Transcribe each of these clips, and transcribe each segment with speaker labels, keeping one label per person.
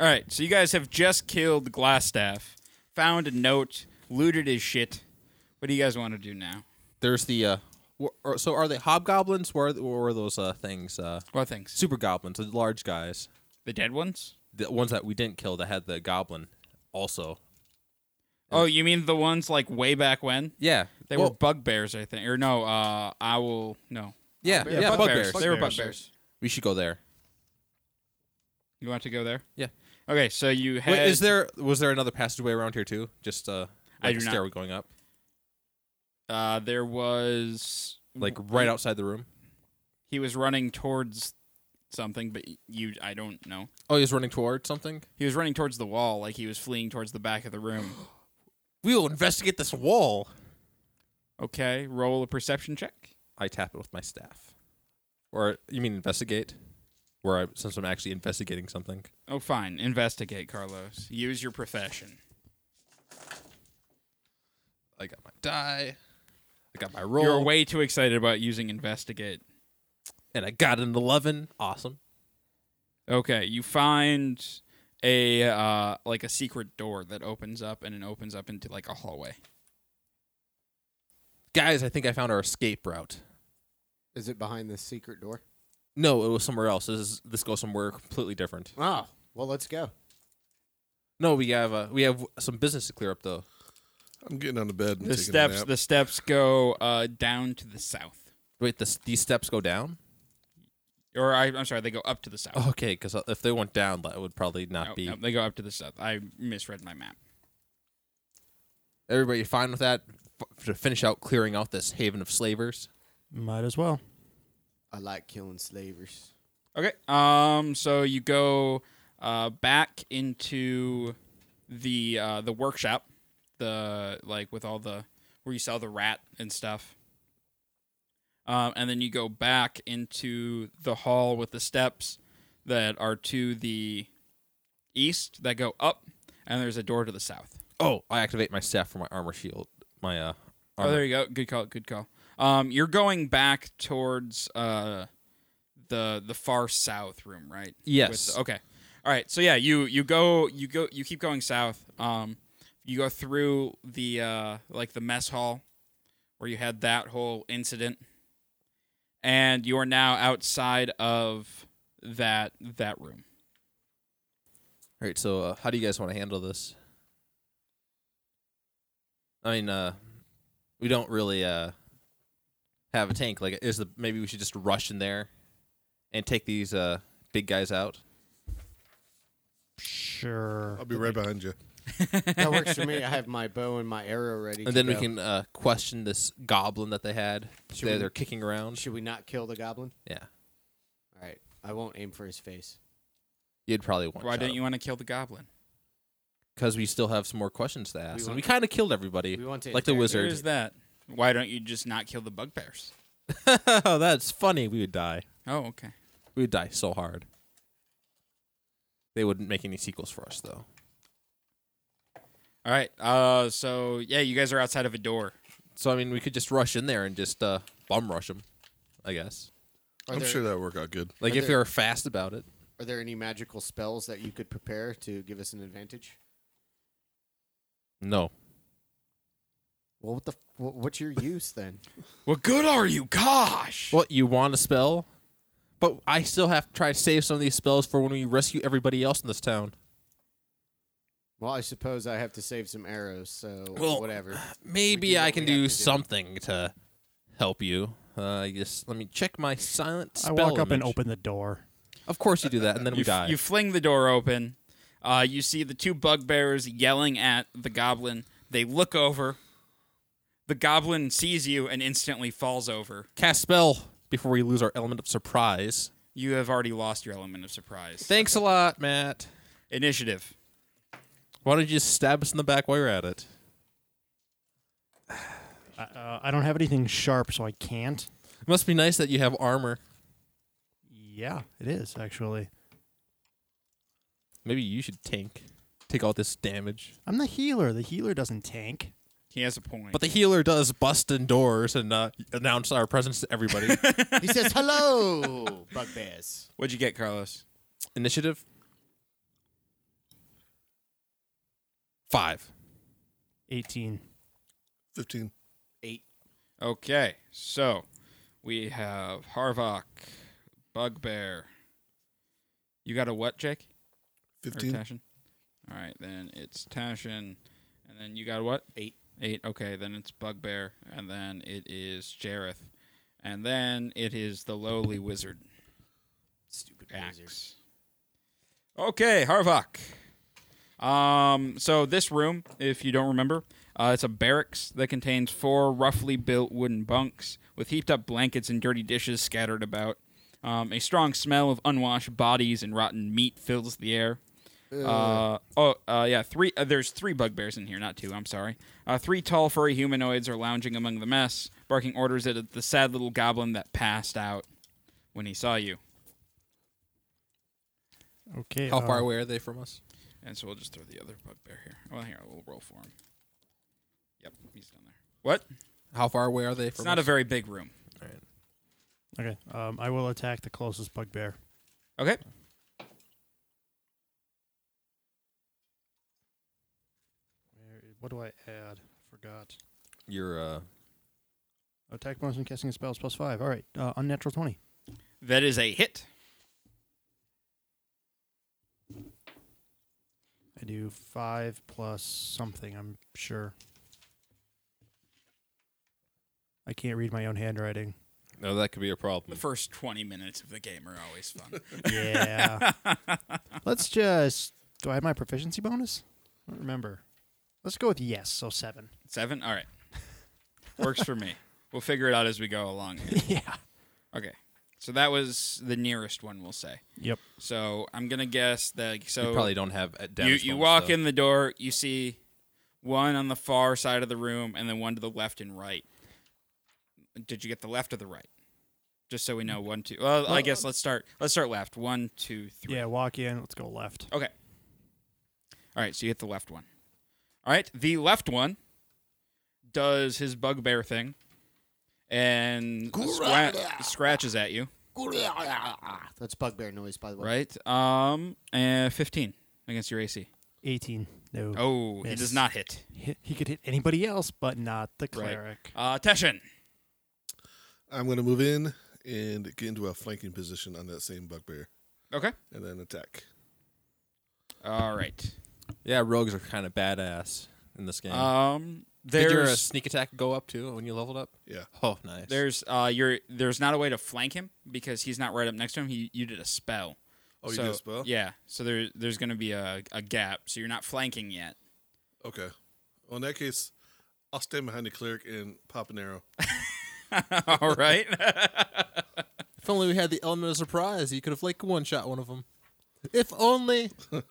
Speaker 1: All right, so you guys have just killed Glassstaff, found a note, looted his shit. What do you guys want to do now?
Speaker 2: There's the uh, wh- or- so are they hobgoblins? Where are, th- where are those uh, things? Uh,
Speaker 1: What things?
Speaker 2: super goblins, the large guys,
Speaker 1: The dead ones?
Speaker 2: the ones that we didn't kill that had the goblin. Also,
Speaker 1: Oh, you mean the ones like way back when?
Speaker 2: yeah,
Speaker 1: They
Speaker 2: well,
Speaker 1: were bugbears, I think. Or no, uh, owl. No.
Speaker 2: yeah,
Speaker 1: Bear-
Speaker 2: yeah, bugbears.
Speaker 1: They were
Speaker 3: Bugbears.
Speaker 1: bugbears.
Speaker 2: We should go there.
Speaker 1: You want to go there?
Speaker 2: Yeah.
Speaker 1: Okay, so you had.
Speaker 2: Wait, is there was there another passageway around here too? Just uh,
Speaker 1: I
Speaker 2: like a
Speaker 1: do not.
Speaker 2: stairway going up,
Speaker 1: Uh, there was.
Speaker 2: like right outside the room.
Speaker 1: He was running towards something, but you. I don't know.
Speaker 2: Oh, he's running towards something.
Speaker 1: He was running towards the wall, like he was fleeing towards the back of the room.
Speaker 2: We will investigate this wall.
Speaker 1: Okay, roll a perception check.
Speaker 2: I tap it with my staff. Or you mean investigate? Where I since I'm actually investigating something.
Speaker 1: Oh, fine. Investigate, Carlos. Use your profession.
Speaker 2: I got my die. I got my roll.
Speaker 1: You're way too excited about using investigate.
Speaker 2: and I got an eleven. Awesome.
Speaker 1: Okay, you find a uh, like a secret door that opens up and it opens up into like a hallway.
Speaker 2: Guys, I think I found our escape route.
Speaker 3: Is it behind the secret door?
Speaker 2: No, it was somewhere else. This is, this goes somewhere completely different.
Speaker 3: Oh, well, let's go.
Speaker 2: No, we have uh, we have some business to clear up though.
Speaker 4: I'm getting out of bed. And
Speaker 1: The
Speaker 4: taking A
Speaker 1: steps
Speaker 4: nap.
Speaker 1: the steps go uh, down to the south.
Speaker 2: Wait, this, these steps go down.
Speaker 1: Or I, I'm sorry, they go up to the south.
Speaker 4: Oh,
Speaker 2: Okay, because if they went down, that would probably not
Speaker 1: No,
Speaker 2: be.
Speaker 1: no, they go up to the south. I misread my map.
Speaker 2: Everybody fine with that? F- to finish out clearing out this haven of slavers.
Speaker 5: Might as well.
Speaker 3: I like killing slavers.
Speaker 1: Okay. Um. So you go uh, back into the uh, the workshop, the like with all the where you saw the rat and stuff. Um, and then you go back into the hall with the steps that are to the east that go up, and there's a door to the south.
Speaker 2: Oh, I activate my staff for my armor shield. My uh,
Speaker 1: Oh,
Speaker 2: armor.
Speaker 1: there you go. Good call. Good call. Um, you're going back towards uh, the the far south room, right?
Speaker 2: Yes.
Speaker 1: With- okay. All right. So yeah, you you go you go you keep going south. Um, you go through the uh, like the mess hall where you had that whole incident, and you are now outside of that that room.
Speaker 2: All right, so uh, how do you guys want to handle this? I mean, uh, we don't really uh, have a tank. Like, is the maybe we should just rush in there and take these uh, big guys out?
Speaker 5: Sure.
Speaker 4: I'll be right behind you.
Speaker 3: That works for me. I have my bow and my arrow ready. to
Speaker 2: And then we
Speaker 3: go.
Speaker 2: can uh, question this goblin that they had.
Speaker 3: Should
Speaker 2: They're,
Speaker 3: we-
Speaker 2: they're kicking around.
Speaker 3: Should we not kill the goblin?
Speaker 2: Yeah,
Speaker 3: All right. I won't aim for his face.
Speaker 2: you'd probably want.
Speaker 1: Why don't you want to kill the goblin?
Speaker 2: Because we still have some more questions to ask, and
Speaker 3: want-
Speaker 2: we kind of killed everybody.
Speaker 3: We want to
Speaker 2: like the
Speaker 3: interrogate-
Speaker 1: There
Speaker 2: wizard.
Speaker 1: is that. Why don't you just not kill the bugbears?
Speaker 2: Oh, That's funny. We would die.
Speaker 1: Oh, okay.
Speaker 2: We would die so hard. They wouldn't make any sequels for us, though.
Speaker 1: All right. Uh, so yeah, you guys are outside of a door.
Speaker 2: So I mean, we could just rush in there and just uh, bum rush them, I guess.
Speaker 3: Are
Speaker 4: I'm
Speaker 3: there,
Speaker 4: sure that'll work out good.
Speaker 2: Like
Speaker 3: Are
Speaker 2: if
Speaker 3: there-
Speaker 2: you're fast about it.
Speaker 3: Are there any magical spells that you could prepare to give us an advantage?
Speaker 2: No,
Speaker 3: Well, what the? f- wh- What's your use then?
Speaker 1: What good are you? Gosh.
Speaker 2: what you want a spell, but I still have to try to save some of these spells for when we rescue everybody else in this town.
Speaker 3: Well, I suppose I have to save some arrows, so
Speaker 2: Well,
Speaker 3: whatever. We do
Speaker 2: Maybe
Speaker 3: what
Speaker 2: I
Speaker 3: we
Speaker 2: can
Speaker 3: have to
Speaker 2: do
Speaker 3: do.
Speaker 2: something to help you. Uh, I guess let me check my silent
Speaker 5: I
Speaker 2: spell.
Speaker 5: walk up and
Speaker 2: image.
Speaker 5: open the door.
Speaker 2: Of course you do that, and then
Speaker 1: you,
Speaker 2: we
Speaker 1: f-
Speaker 2: die.
Speaker 1: you fling the door open. Uh, you see the two bugbears yelling at the goblin. They look over. The goblin sees you and instantly falls over.
Speaker 2: Cast spell before we lose our element of surprise.
Speaker 1: You have already lost your element of surprise.
Speaker 2: Thanks a lot, Matt.
Speaker 1: Initiative.
Speaker 2: Why don't you just stab us in the back while you're at it?
Speaker 5: I, uh, I don't have anything sharp, so I can't.
Speaker 2: must be nice that you have armor.
Speaker 5: Yeah, it is actually.
Speaker 2: Maybe you should tank. Take all this damage.
Speaker 5: I'm the healer. The healer doesn't tank.
Speaker 1: He has a point.
Speaker 2: But the healer does bust in doors and uh, announce our presence to everybody.
Speaker 3: he says, "Hello, bugbears."
Speaker 1: What'd you get, Carlos?
Speaker 2: Initiative? Five.
Speaker 5: 18.
Speaker 4: 15.
Speaker 1: Okay, so we have Harvok, Bugbear. You got a what, Jake? Or
Speaker 4: 15.
Speaker 1: Tashin? All right, then it's Tashin. And then you got what?
Speaker 3: Eight.
Speaker 1: Eight, okay. Then it's Bugbear. And then it is Jareth. And then it is the lowly wizard,
Speaker 3: Stupid wizard.
Speaker 1: Axe. Okay, Harvok. Um, so this room, if you don't remember, uh, it's a barracks that contains four roughly built wooden bunks with heaped up blankets and dirty dishes scattered about. Um, a strong smell of unwashed bodies and rotten meat fills the air. Uh, oh, uh, yeah. Three. Uh, there's three bugbears in here, not two. I'm sorry. Uh, three tall, furry humanoids are lounging among the mess, barking orders at the sad little goblin that passed out when he saw you.
Speaker 5: Okay.
Speaker 2: How
Speaker 5: uh,
Speaker 1: Oh.
Speaker 2: far away are they from us?
Speaker 1: And so we'll just throw the other bugbear here. Oh, here we'll roll for him. Yep, he's down there. What?
Speaker 2: How far away are they from
Speaker 1: It's not a
Speaker 2: us?
Speaker 1: very big room.
Speaker 5: Okay. Um, I will attack the closest bugbear.
Speaker 1: Okay.
Speaker 5: Where- What do I add? Forgot.
Speaker 2: You're uh
Speaker 5: Attack bonus and casting spells plus five. All right. Uh, unnatural 20.
Speaker 1: That is a hit.
Speaker 5: I do five plus something, I'm sure. I can't read my own handwriting.
Speaker 2: no, that could be a
Speaker 1: The
Speaker 2: problem.
Speaker 1: first 20 minutes of the game are always fun.
Speaker 5: Yeah. Let's just. Do I have my proficiency bonus? I don't remember. Let's go with yes, so seven.
Speaker 1: Seven? All right. Works for me. We'll figure it out as we go along. Here.
Speaker 5: yeah.
Speaker 1: Okay. So that was the nearest one, we'll say.
Speaker 5: Yep.
Speaker 1: So I'm going to guess that. So
Speaker 2: you probably don't have a
Speaker 1: you,
Speaker 2: damage
Speaker 1: you
Speaker 2: bonus,
Speaker 1: walk
Speaker 2: though.
Speaker 1: in the door, you see one on the far side of the room and then one to the left and right. Did you get the left or the right? Just so we know one, two. Well, I guess let's start. Let's start left. One, two, three.
Speaker 5: uh, Yeah, walk in. Let's go left.
Speaker 1: Okay. All right. So you hit the left one. All right. The left one does his bugbear thing and scra- scratches at you.
Speaker 3: That's bugbear noise, by the way.
Speaker 1: Right. Um. And fifteen against your AC.
Speaker 5: 18. No.
Speaker 1: Oh, he
Speaker 5: Miss.
Speaker 1: does not hit.
Speaker 5: He, he could hit anybody else, but not the
Speaker 1: Right.
Speaker 5: cleric.
Speaker 1: Uh, Teshin.
Speaker 4: I'm going to move in and get into a flanking position on that same bugbear
Speaker 1: Okay.
Speaker 4: and then attack.
Speaker 1: All right.
Speaker 2: Yeah, rogues are kind of badass in this game.
Speaker 1: Um,
Speaker 2: Did your uh,
Speaker 1: there's
Speaker 2: sneak attack go up too when you leveled up?
Speaker 4: Yeah.
Speaker 2: Oh, nice.
Speaker 1: there's uh your there's not a way to flank him because he's not right up next to him. He you did a spell.
Speaker 4: Oh, you
Speaker 1: so,
Speaker 4: did a spell?
Speaker 1: Yeah. So there there's gonna be a, a gap. So you're not flanking yet.
Speaker 4: Okay. Well, in that case, I'll stand behind the cleric and pop an arrow.
Speaker 1: All right.
Speaker 2: If only we had the element of surprise, you could have like one shot one of them. If only.
Speaker 4: All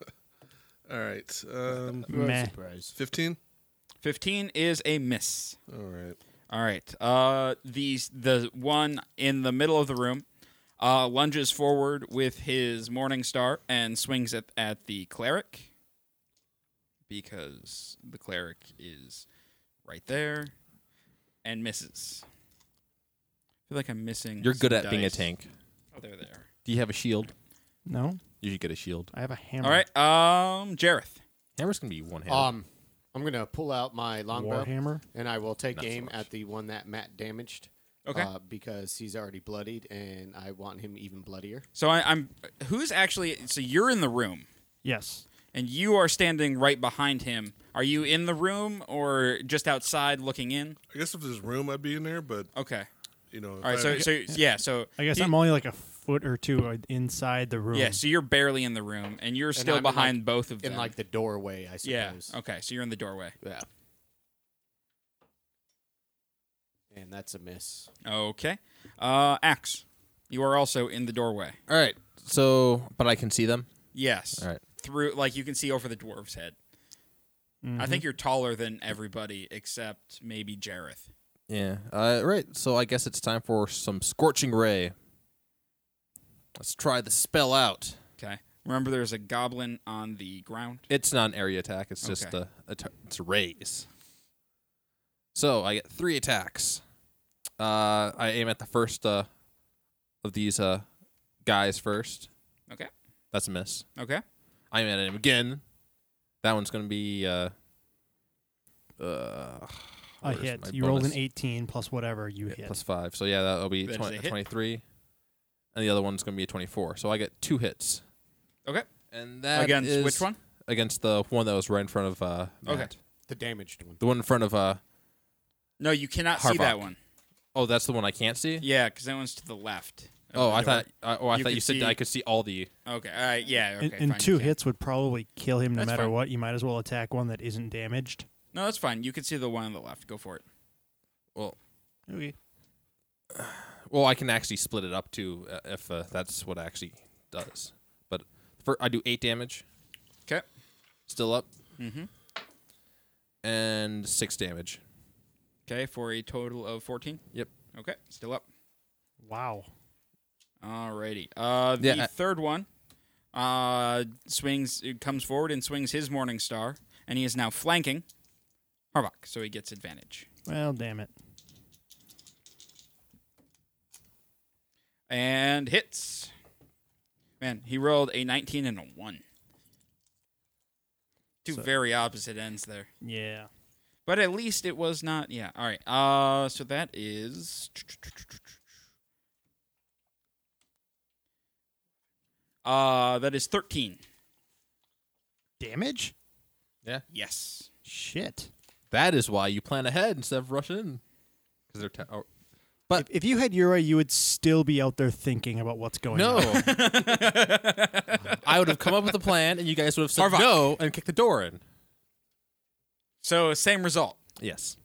Speaker 4: right. Um,
Speaker 5: Meh.
Speaker 3: Surprise.
Speaker 4: 15?
Speaker 1: Fifteen is a miss.
Speaker 4: All right.
Speaker 1: All right. Uh, these the one in the middle of the room uh, lunges forward with his morning star and swings at, at the cleric because the cleric is right there and misses. I feel like I'm missing.
Speaker 2: You're good
Speaker 1: some
Speaker 2: at being a
Speaker 1: dice. Oh,
Speaker 2: tank.
Speaker 1: They're there.
Speaker 2: Do you have a shield?
Speaker 5: No,
Speaker 2: You should get a shield.
Speaker 5: I have a hammer.
Speaker 1: All right. Um, Jareth.
Speaker 2: Hammer's gonna be one handed.
Speaker 3: Um, I'm gonna pull out my longbow
Speaker 5: Warhammer.
Speaker 3: and I will take
Speaker 2: Not so
Speaker 3: aim
Speaker 2: much.
Speaker 3: at the one that Matt damaged.
Speaker 1: Okay.
Speaker 3: Uh, because he's already bloodied, and I want him even bloodier.
Speaker 1: So I, I'm. Who's actually? So you're in the room
Speaker 5: Yes.
Speaker 1: and you are standing right behind him. Are you in the room or just outside looking in?
Speaker 4: I guess if there's room, I'd be in there, but,
Speaker 1: Okay.
Speaker 4: you know.
Speaker 1: All right. So, so yeah. So
Speaker 5: I guess
Speaker 1: he-
Speaker 5: I'm only like a foot or two uh, inside the room.
Speaker 1: yeah. So you're barely in the room, and you're still
Speaker 3: I'm in, like-
Speaker 1: behind both of them.
Speaker 3: In like the doorway, I
Speaker 1: yeah.
Speaker 3: suppose.
Speaker 1: Okay. So you're in the doorway.
Speaker 3: Yeah. And that's a miss.
Speaker 1: Okay. Uh, Axe, you are also in the doorway.
Speaker 2: All right. So, but I can see them.
Speaker 1: Yes.
Speaker 2: All right.
Speaker 1: Through like you can see over the dwarf's head.
Speaker 5: Mm-hmm.
Speaker 1: I think you're taller than everybody except maybe Jareth.
Speaker 2: Yeah. Uh, right. So I guess it's time for some scorching ray. Let's try the spell out.
Speaker 1: Okay. Remember, there's a goblin on the ground.
Speaker 2: It's not an area attack. It's just
Speaker 1: Okay.
Speaker 2: a, a t- it's rays. So I get three attacks. Uh, I aim at the first uh, of these uh, guys first.
Speaker 1: Okay.
Speaker 2: That's a miss.
Speaker 1: Okay.
Speaker 2: I aim at him again. That one's going to be uh, Uh,
Speaker 5: A
Speaker 2: where's
Speaker 5: hit.
Speaker 2: my
Speaker 5: You rolled an
Speaker 2: bonus?
Speaker 5: 18 plus whatever you
Speaker 2: Yeah,
Speaker 5: hit.
Speaker 2: plus five. So yeah, that'll be
Speaker 1: That is
Speaker 2: 20,
Speaker 1: a
Speaker 2: a
Speaker 1: hit.
Speaker 2: 23. And the other one's going to be a 24. So I get two hits.
Speaker 1: Okay.
Speaker 2: And that
Speaker 1: Against
Speaker 2: is
Speaker 1: which one?
Speaker 2: Against the one that was right in front of uh,
Speaker 1: Okay.
Speaker 2: Matt.
Speaker 3: The damaged one.
Speaker 2: The one in front of uh
Speaker 1: No, you cannot see that
Speaker 2: Harvok.
Speaker 1: one.
Speaker 2: oh, that's the one I can't see.
Speaker 1: Yeah, because that one's to the left. of
Speaker 2: Oh,
Speaker 1: the
Speaker 2: I
Speaker 1: door.
Speaker 2: thought. I oh, I
Speaker 1: You
Speaker 2: thought
Speaker 1: can
Speaker 2: you said
Speaker 1: see-
Speaker 2: I could see all the.
Speaker 1: Okay. All right. Yeah. Okay.
Speaker 5: And,
Speaker 1: fine,
Speaker 5: and
Speaker 1: you
Speaker 5: two
Speaker 1: can.
Speaker 5: hits would probably kill him no
Speaker 1: That's
Speaker 5: matter
Speaker 1: fine.
Speaker 5: what. You might as well attack one that isn't damaged.
Speaker 1: No, that's fine. You can see the one on the left. Go for it.
Speaker 2: Well,
Speaker 5: Okay.
Speaker 2: well, I can actually split it up too uh, if uh, that's what it actually does. But for, I do eight damage,
Speaker 1: Okay.
Speaker 2: still up,
Speaker 1: Mm-hmm.
Speaker 2: and six damage.
Speaker 1: Okay, for a total of fourteen.
Speaker 2: Yep.
Speaker 1: Okay, still up.
Speaker 5: Wow.
Speaker 1: Alrighty. Uh, the
Speaker 2: Yeah, I-
Speaker 1: third one uh, swings, it comes forward and swings his Morning Star, and he is now flanking Harvok, so he gets advantage.
Speaker 5: Well, damn it.
Speaker 1: And hits. Man, he rolled a 19 and a 1. Two very opposite ends there.
Speaker 5: Yeah.
Speaker 1: But at least it was not. Yeah. All right. Uh, so that is. Uh, that is thirteen.
Speaker 5: Damage?
Speaker 1: Yes.
Speaker 5: Shit.
Speaker 2: That is why you plan ahead instead of rushing in, because they're. Ta- oh,
Speaker 5: If, if you had Yura, you would still be out there thinking about what's going
Speaker 2: no,
Speaker 5: on.
Speaker 2: I would have come up with a plan, and you guys would have said
Speaker 1: Harvok.
Speaker 2: no and kicked the door in.
Speaker 1: So same result.
Speaker 2: Yes.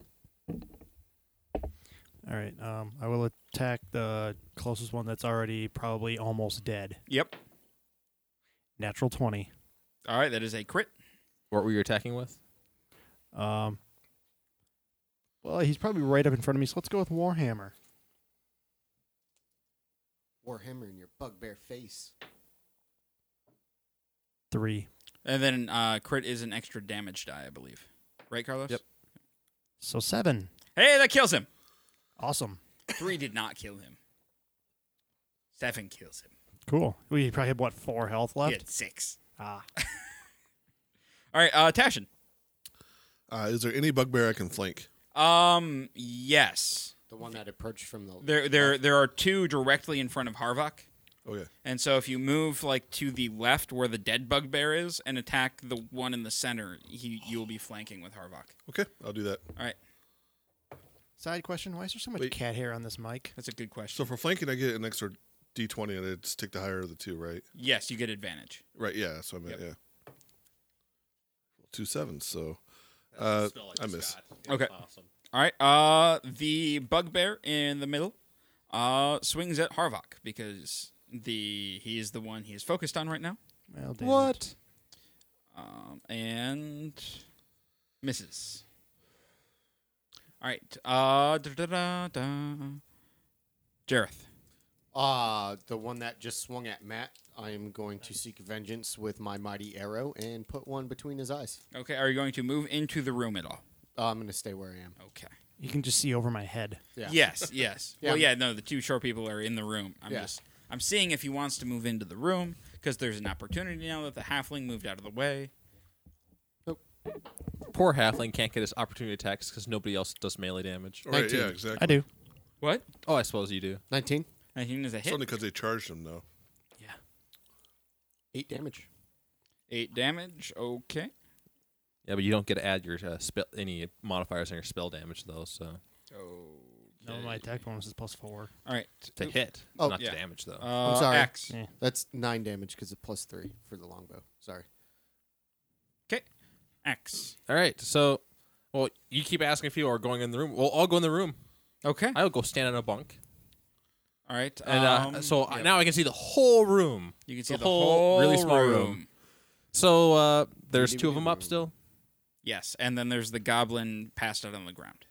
Speaker 5: All right. Um, I will attack the closest one that's already probably almost dead.
Speaker 1: Yep.
Speaker 5: Natural 20.
Speaker 1: All right. That is a crit.
Speaker 2: What were you attacking with?
Speaker 5: Um, well, he's probably right up in front of me, so let's go with Warhammer.
Speaker 3: Warhammer in your bugbear face.
Speaker 5: Three.
Speaker 1: And then uh, crit is an extra damage die, I believe. Right, Carlos?
Speaker 2: Yep.
Speaker 5: So seven.
Speaker 1: Hey, that kills him.
Speaker 5: Awesome.
Speaker 1: Three did not kill him. Seven kills him.
Speaker 5: Cool. We probably had, what, four health
Speaker 1: He
Speaker 5: left?
Speaker 1: had six.
Speaker 5: Ah.
Speaker 1: All right. Uh, Tashin.
Speaker 4: Uh, is there any bugbear I can flank?
Speaker 1: Um. Yes.
Speaker 3: The one that approached from the.
Speaker 1: There. There. There are two directly in front of Harvok.
Speaker 4: Okay.
Speaker 1: And so if you move like to the left where the dead bugbear is and attack the one in the center, he you'll be flanking with Harvok.
Speaker 4: Okay. I'll do that.
Speaker 1: All right.
Speaker 5: Side question Why is there so much
Speaker 4: Wait.
Speaker 5: cat hair on this mic?
Speaker 1: That's a good
Speaker 4: So
Speaker 1: question.
Speaker 4: for flanking, I get an extra d20 and I just take the higher of the two, right?
Speaker 1: yes, you get advantage.
Speaker 4: Right. Yeah. That's what I meant.
Speaker 1: Yep.
Speaker 4: Yeah. Two sevens. So uh, I miss.
Speaker 1: Okay. All right. Uh the bugbear in the middle uh swings at Harvok because the he is the one he is focused on right now.
Speaker 5: Well, damn it.
Speaker 1: Um, and misses. All right. Uh da da da da. Jareth.
Speaker 3: Ah, the one that just swung at Matt. I am going to seek vengeance with my mighty arrow and put one between his eyes.
Speaker 1: Okay, are you going to move into the room at all?
Speaker 3: Uh, I'm going to stay where I am.
Speaker 1: Okay.
Speaker 5: You can just see over my head.
Speaker 3: Yeah.
Speaker 1: Yes, yes.
Speaker 3: Yeah.
Speaker 1: Well, yeah, no, the two short people are in the room. I'm
Speaker 3: Yeah.
Speaker 1: just I'm seeing if he wants to move into the room because there's an opportunity now that the halfling moved out of the way.
Speaker 2: Poor halfling can't get his opportunity attacks because nobody else does melee damage.
Speaker 4: All right.
Speaker 3: 19.
Speaker 4: Yeah. Exactly.
Speaker 5: I do.
Speaker 1: What?
Speaker 2: Oh, I suppose you do.
Speaker 3: 19.
Speaker 1: I think there's a
Speaker 4: It's
Speaker 1: hit.
Speaker 4: only because they charged him though.
Speaker 3: Eight damage.
Speaker 1: Eight damage. Okay.
Speaker 2: Yeah, but you don't get to add your uh, spell any modifiers on your spell damage though. So
Speaker 1: Oh.
Speaker 5: No, my attack bonus is plus four.
Speaker 1: All right.
Speaker 2: to hit,
Speaker 3: Oh,
Speaker 2: not
Speaker 1: yeah.
Speaker 2: to damage though.
Speaker 1: Uh, I'm
Speaker 3: sorry.
Speaker 1: Axe.
Speaker 5: Yeah.
Speaker 3: That's nine damage because it's plus three for the longbow. Sorry.
Speaker 1: Axe.
Speaker 2: All right, so well, you keep asking if people are going in the room. Well, I'll go in the room.
Speaker 1: Okay.
Speaker 2: I'll go stand on a bunk,
Speaker 1: All right.
Speaker 2: and uh,
Speaker 1: um,
Speaker 2: so
Speaker 1: yeah.
Speaker 2: now I can see the whole room.
Speaker 1: you can see the,
Speaker 2: the whole really small room. So uh, there's
Speaker 3: Pretty
Speaker 2: two of
Speaker 3: big
Speaker 2: them up
Speaker 3: room.
Speaker 2: still.
Speaker 1: Yes, and then there's the goblin passed out on the ground.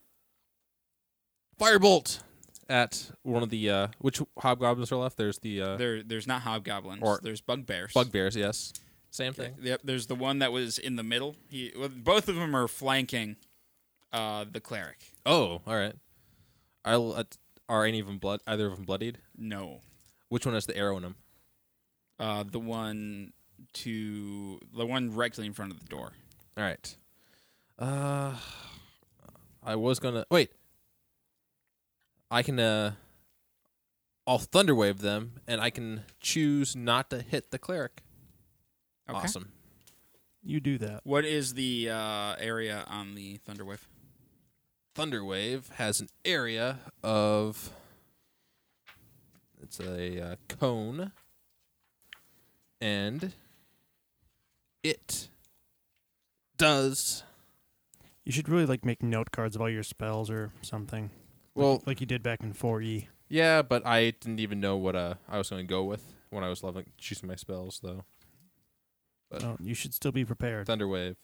Speaker 2: Firebolt at one of the uh, which hobgoblins are left. There's the uh,
Speaker 1: There, there's not hobgoblins.
Speaker 2: Or-
Speaker 1: there's bugbears.
Speaker 2: bugbears. Yes, same
Speaker 1: Okay.
Speaker 2: thing.
Speaker 1: Yep, there's the one that was in the middle. He, well, both of them are flanking uh, the cleric.
Speaker 2: Oh, all right. I'll, uh, are any of them blood? Either of them bloodied?
Speaker 1: No,
Speaker 2: Which one has the arrow in him?
Speaker 1: uh, the one to the one directly in front of the door.
Speaker 2: All right. Uh, I was gonna wait. I can uh I'll thunderwave them and I can choose not to hit the cleric.
Speaker 1: Okay.
Speaker 2: Awesome.
Speaker 5: You do that.
Speaker 1: What is the uh, area on the Thunderwave?
Speaker 2: Thunderwave has an area of it's a uh, cone and it does
Speaker 5: You should really like make note cards of all your spells or something.
Speaker 2: well
Speaker 5: like you did back in E. 4E.
Speaker 2: yeah but i didn't even know what uh, i was going to go with when i was leveling choosing my spells though
Speaker 5: So Oh, you should still be prepared.
Speaker 2: thunderwave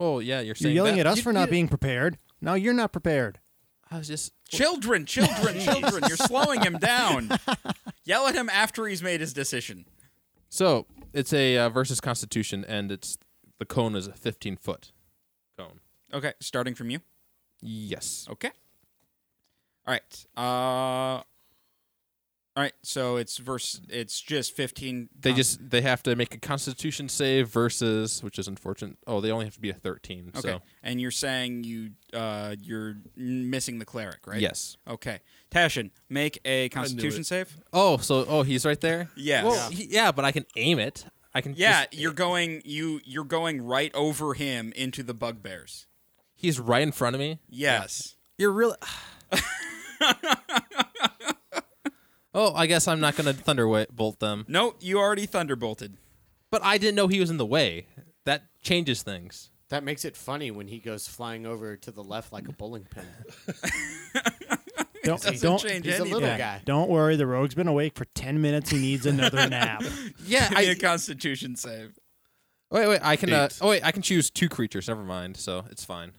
Speaker 2: oh yeah you're
Speaker 5: You're
Speaker 2: saying
Speaker 5: yelling
Speaker 2: that-
Speaker 5: at us
Speaker 2: you-
Speaker 5: for not
Speaker 2: you-
Speaker 5: being prepared. Now you're not prepared.
Speaker 2: i was just
Speaker 1: Children, children, children! You're slowing him down. Yell at him after he's made his decision.
Speaker 2: so it's a uh, versus constitution and it's the cone is a 15 foot cone
Speaker 1: Okay, starting from you.
Speaker 2: yes
Speaker 1: Okay. All right. Uh, all right. So it's verse. It's just fifteen.
Speaker 2: They
Speaker 1: con-
Speaker 2: just they have to make a Constitution save versus, which is unfortunate. Oh, they only have to be a thirteen.
Speaker 1: okay.
Speaker 2: So
Speaker 1: And you're saying you uh you're n- missing the cleric, right?
Speaker 2: yes.
Speaker 1: Okay. Tashin, make a Constitution
Speaker 4: it.
Speaker 1: save.
Speaker 2: Oh, so oh, he's right there.
Speaker 1: Yes.
Speaker 2: Well, he- yeah, but I can aim it. I can.
Speaker 1: Yeah,
Speaker 2: just-
Speaker 1: you're going you you're going right over him into the bugbears.
Speaker 2: he's right in front of me.
Speaker 1: Yes.
Speaker 2: You're really. oh, I guess I'm not gonna thunderbolt them.
Speaker 1: No, you already thunderbolted.
Speaker 2: But I didn't know he was in the way. That changes things.
Speaker 3: That makes it funny when he goes flying over to the left like a bowling pin.
Speaker 5: Don't
Speaker 1: Doesn't
Speaker 5: don't
Speaker 1: change
Speaker 3: He's a
Speaker 1: anything.
Speaker 3: little guy.
Speaker 5: don't worry. The rogue's been awake for 10 minutes. He needs another nap.
Speaker 2: Yeah.
Speaker 1: Give me a
Speaker 2: I,
Speaker 1: Constitution save.
Speaker 2: wait, wait. I can. Uh,
Speaker 4: Eight.
Speaker 2: oh, wait. I can choose two creatures. Never mind. So it's fine.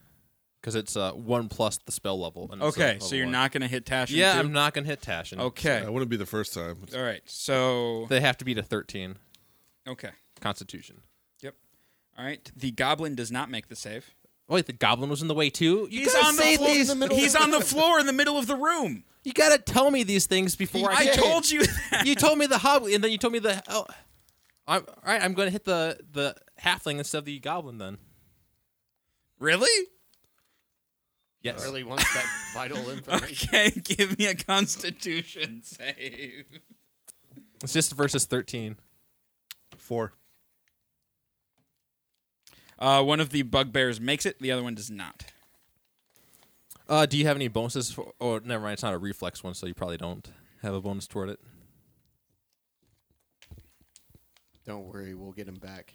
Speaker 2: Because it's uh, one plus the spell level. And it's, uh,
Speaker 1: Okay, so
Speaker 2: level
Speaker 1: you're
Speaker 2: one.
Speaker 1: not gonna hit Tashin.
Speaker 2: Yeah,
Speaker 1: too?
Speaker 2: I'm not gonna hit Tashin.
Speaker 1: Okay.
Speaker 4: That wouldn't be the first time.
Speaker 1: All right. So
Speaker 2: They have to beat a 13
Speaker 1: okay.
Speaker 2: Constitution.
Speaker 1: Yep. All right. The goblin does not make the save.
Speaker 2: Oh, wait, the goblin was in the way too. You
Speaker 1: He's
Speaker 2: gotta
Speaker 1: on the
Speaker 2: say
Speaker 1: floor.
Speaker 2: these.
Speaker 1: In the middle he's on the floor in the middle of the room.
Speaker 2: You gotta tell me these things before
Speaker 1: I
Speaker 2: I.
Speaker 1: told you. That.
Speaker 2: you told me the hob, and then you told me the. Oh, I'm, all right, I'm gonna hit the the halfling instead of the goblin then.
Speaker 1: Really?
Speaker 2: Yes.
Speaker 3: really wants that vital information.
Speaker 1: Okay. Give me a Constitution save.
Speaker 2: It's just versus 13.
Speaker 4: Four.
Speaker 1: Uh, one of the bugbears makes it. The other one does not.
Speaker 2: Uh, do you have any bonuses for? Oh, never mind. It's not a reflex one, so you probably don't have a bonus toward it.
Speaker 3: Don't worry, we'll get him back.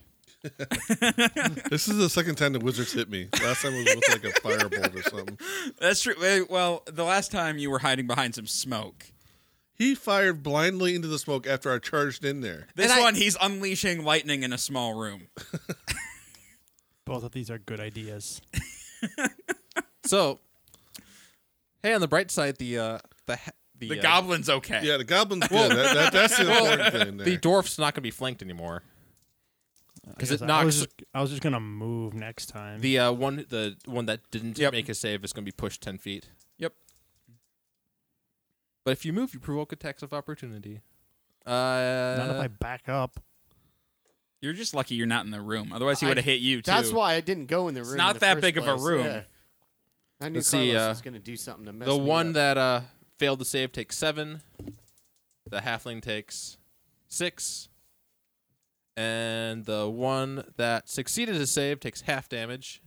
Speaker 4: This is the second time the wizards hit me. Last time was with like a firebolt or something.
Speaker 1: That's true. Wait, Well, the last time you were hiding behind some smoke.
Speaker 4: He fired blindly into the smoke after I charged in there.
Speaker 1: This
Speaker 2: And I-
Speaker 1: one, he's unleashing lightning in a small room.
Speaker 5: Both of these are good ideas.
Speaker 2: So, hey, on the bright side, the uh, the ha- the,
Speaker 1: The
Speaker 2: uh,
Speaker 1: goblin's okay.
Speaker 4: Yeah, the goblins. Well, that, that, that's the important thing there.
Speaker 2: the dwarf's not gonna be flanked anymore. Because it
Speaker 5: Because I was
Speaker 2: knocks-
Speaker 5: just, I was just gonna move next time.
Speaker 2: The uh, one the one that didn't
Speaker 1: Yep.
Speaker 2: make a save is going to be pushed ten feet.
Speaker 1: Yep.
Speaker 2: But if you move, you provoke attacks of opportunity. Uh,
Speaker 5: Not if I back up.
Speaker 1: You're just lucky you're not in the room. Otherwise, he
Speaker 3: I-
Speaker 1: would have hit you too.
Speaker 3: That's why I didn't go in the room. in
Speaker 1: not
Speaker 3: the
Speaker 1: that
Speaker 3: first
Speaker 1: big of a
Speaker 3: place.
Speaker 1: room.
Speaker 3: Yeah. I knew
Speaker 2: Let's see,
Speaker 3: Carlos
Speaker 2: uh,
Speaker 3: was going to do something to mess
Speaker 2: the
Speaker 3: me
Speaker 2: one
Speaker 3: up.
Speaker 2: that uh, failed the save takes seven. The halfling takes six, and the one that succeeded a save takes half damage.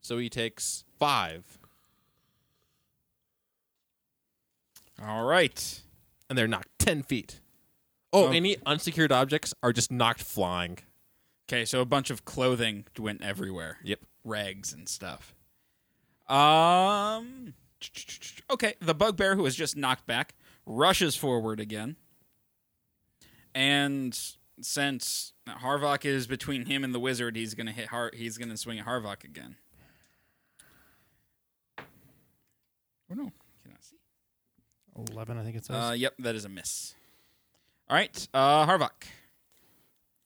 Speaker 2: So he takes five,
Speaker 1: All right.
Speaker 2: and they're knocked ten feet. Oh,
Speaker 1: Okay.
Speaker 2: any unsecured objects are just knocked flying.
Speaker 1: Okay, so a bunch of clothing went everywhere.
Speaker 2: Yep.
Speaker 1: Rags and stuff. Um. Okay, the bugbear who was just knocked back rushes forward again. And since Harvok is between him and the wizard, he's gonna hit Har- he's gonna swing at Harvok again. Oh no, can I see?
Speaker 5: Eleven, I think it says.
Speaker 1: Uh, yep, that is a miss. All right, uh, Harvok.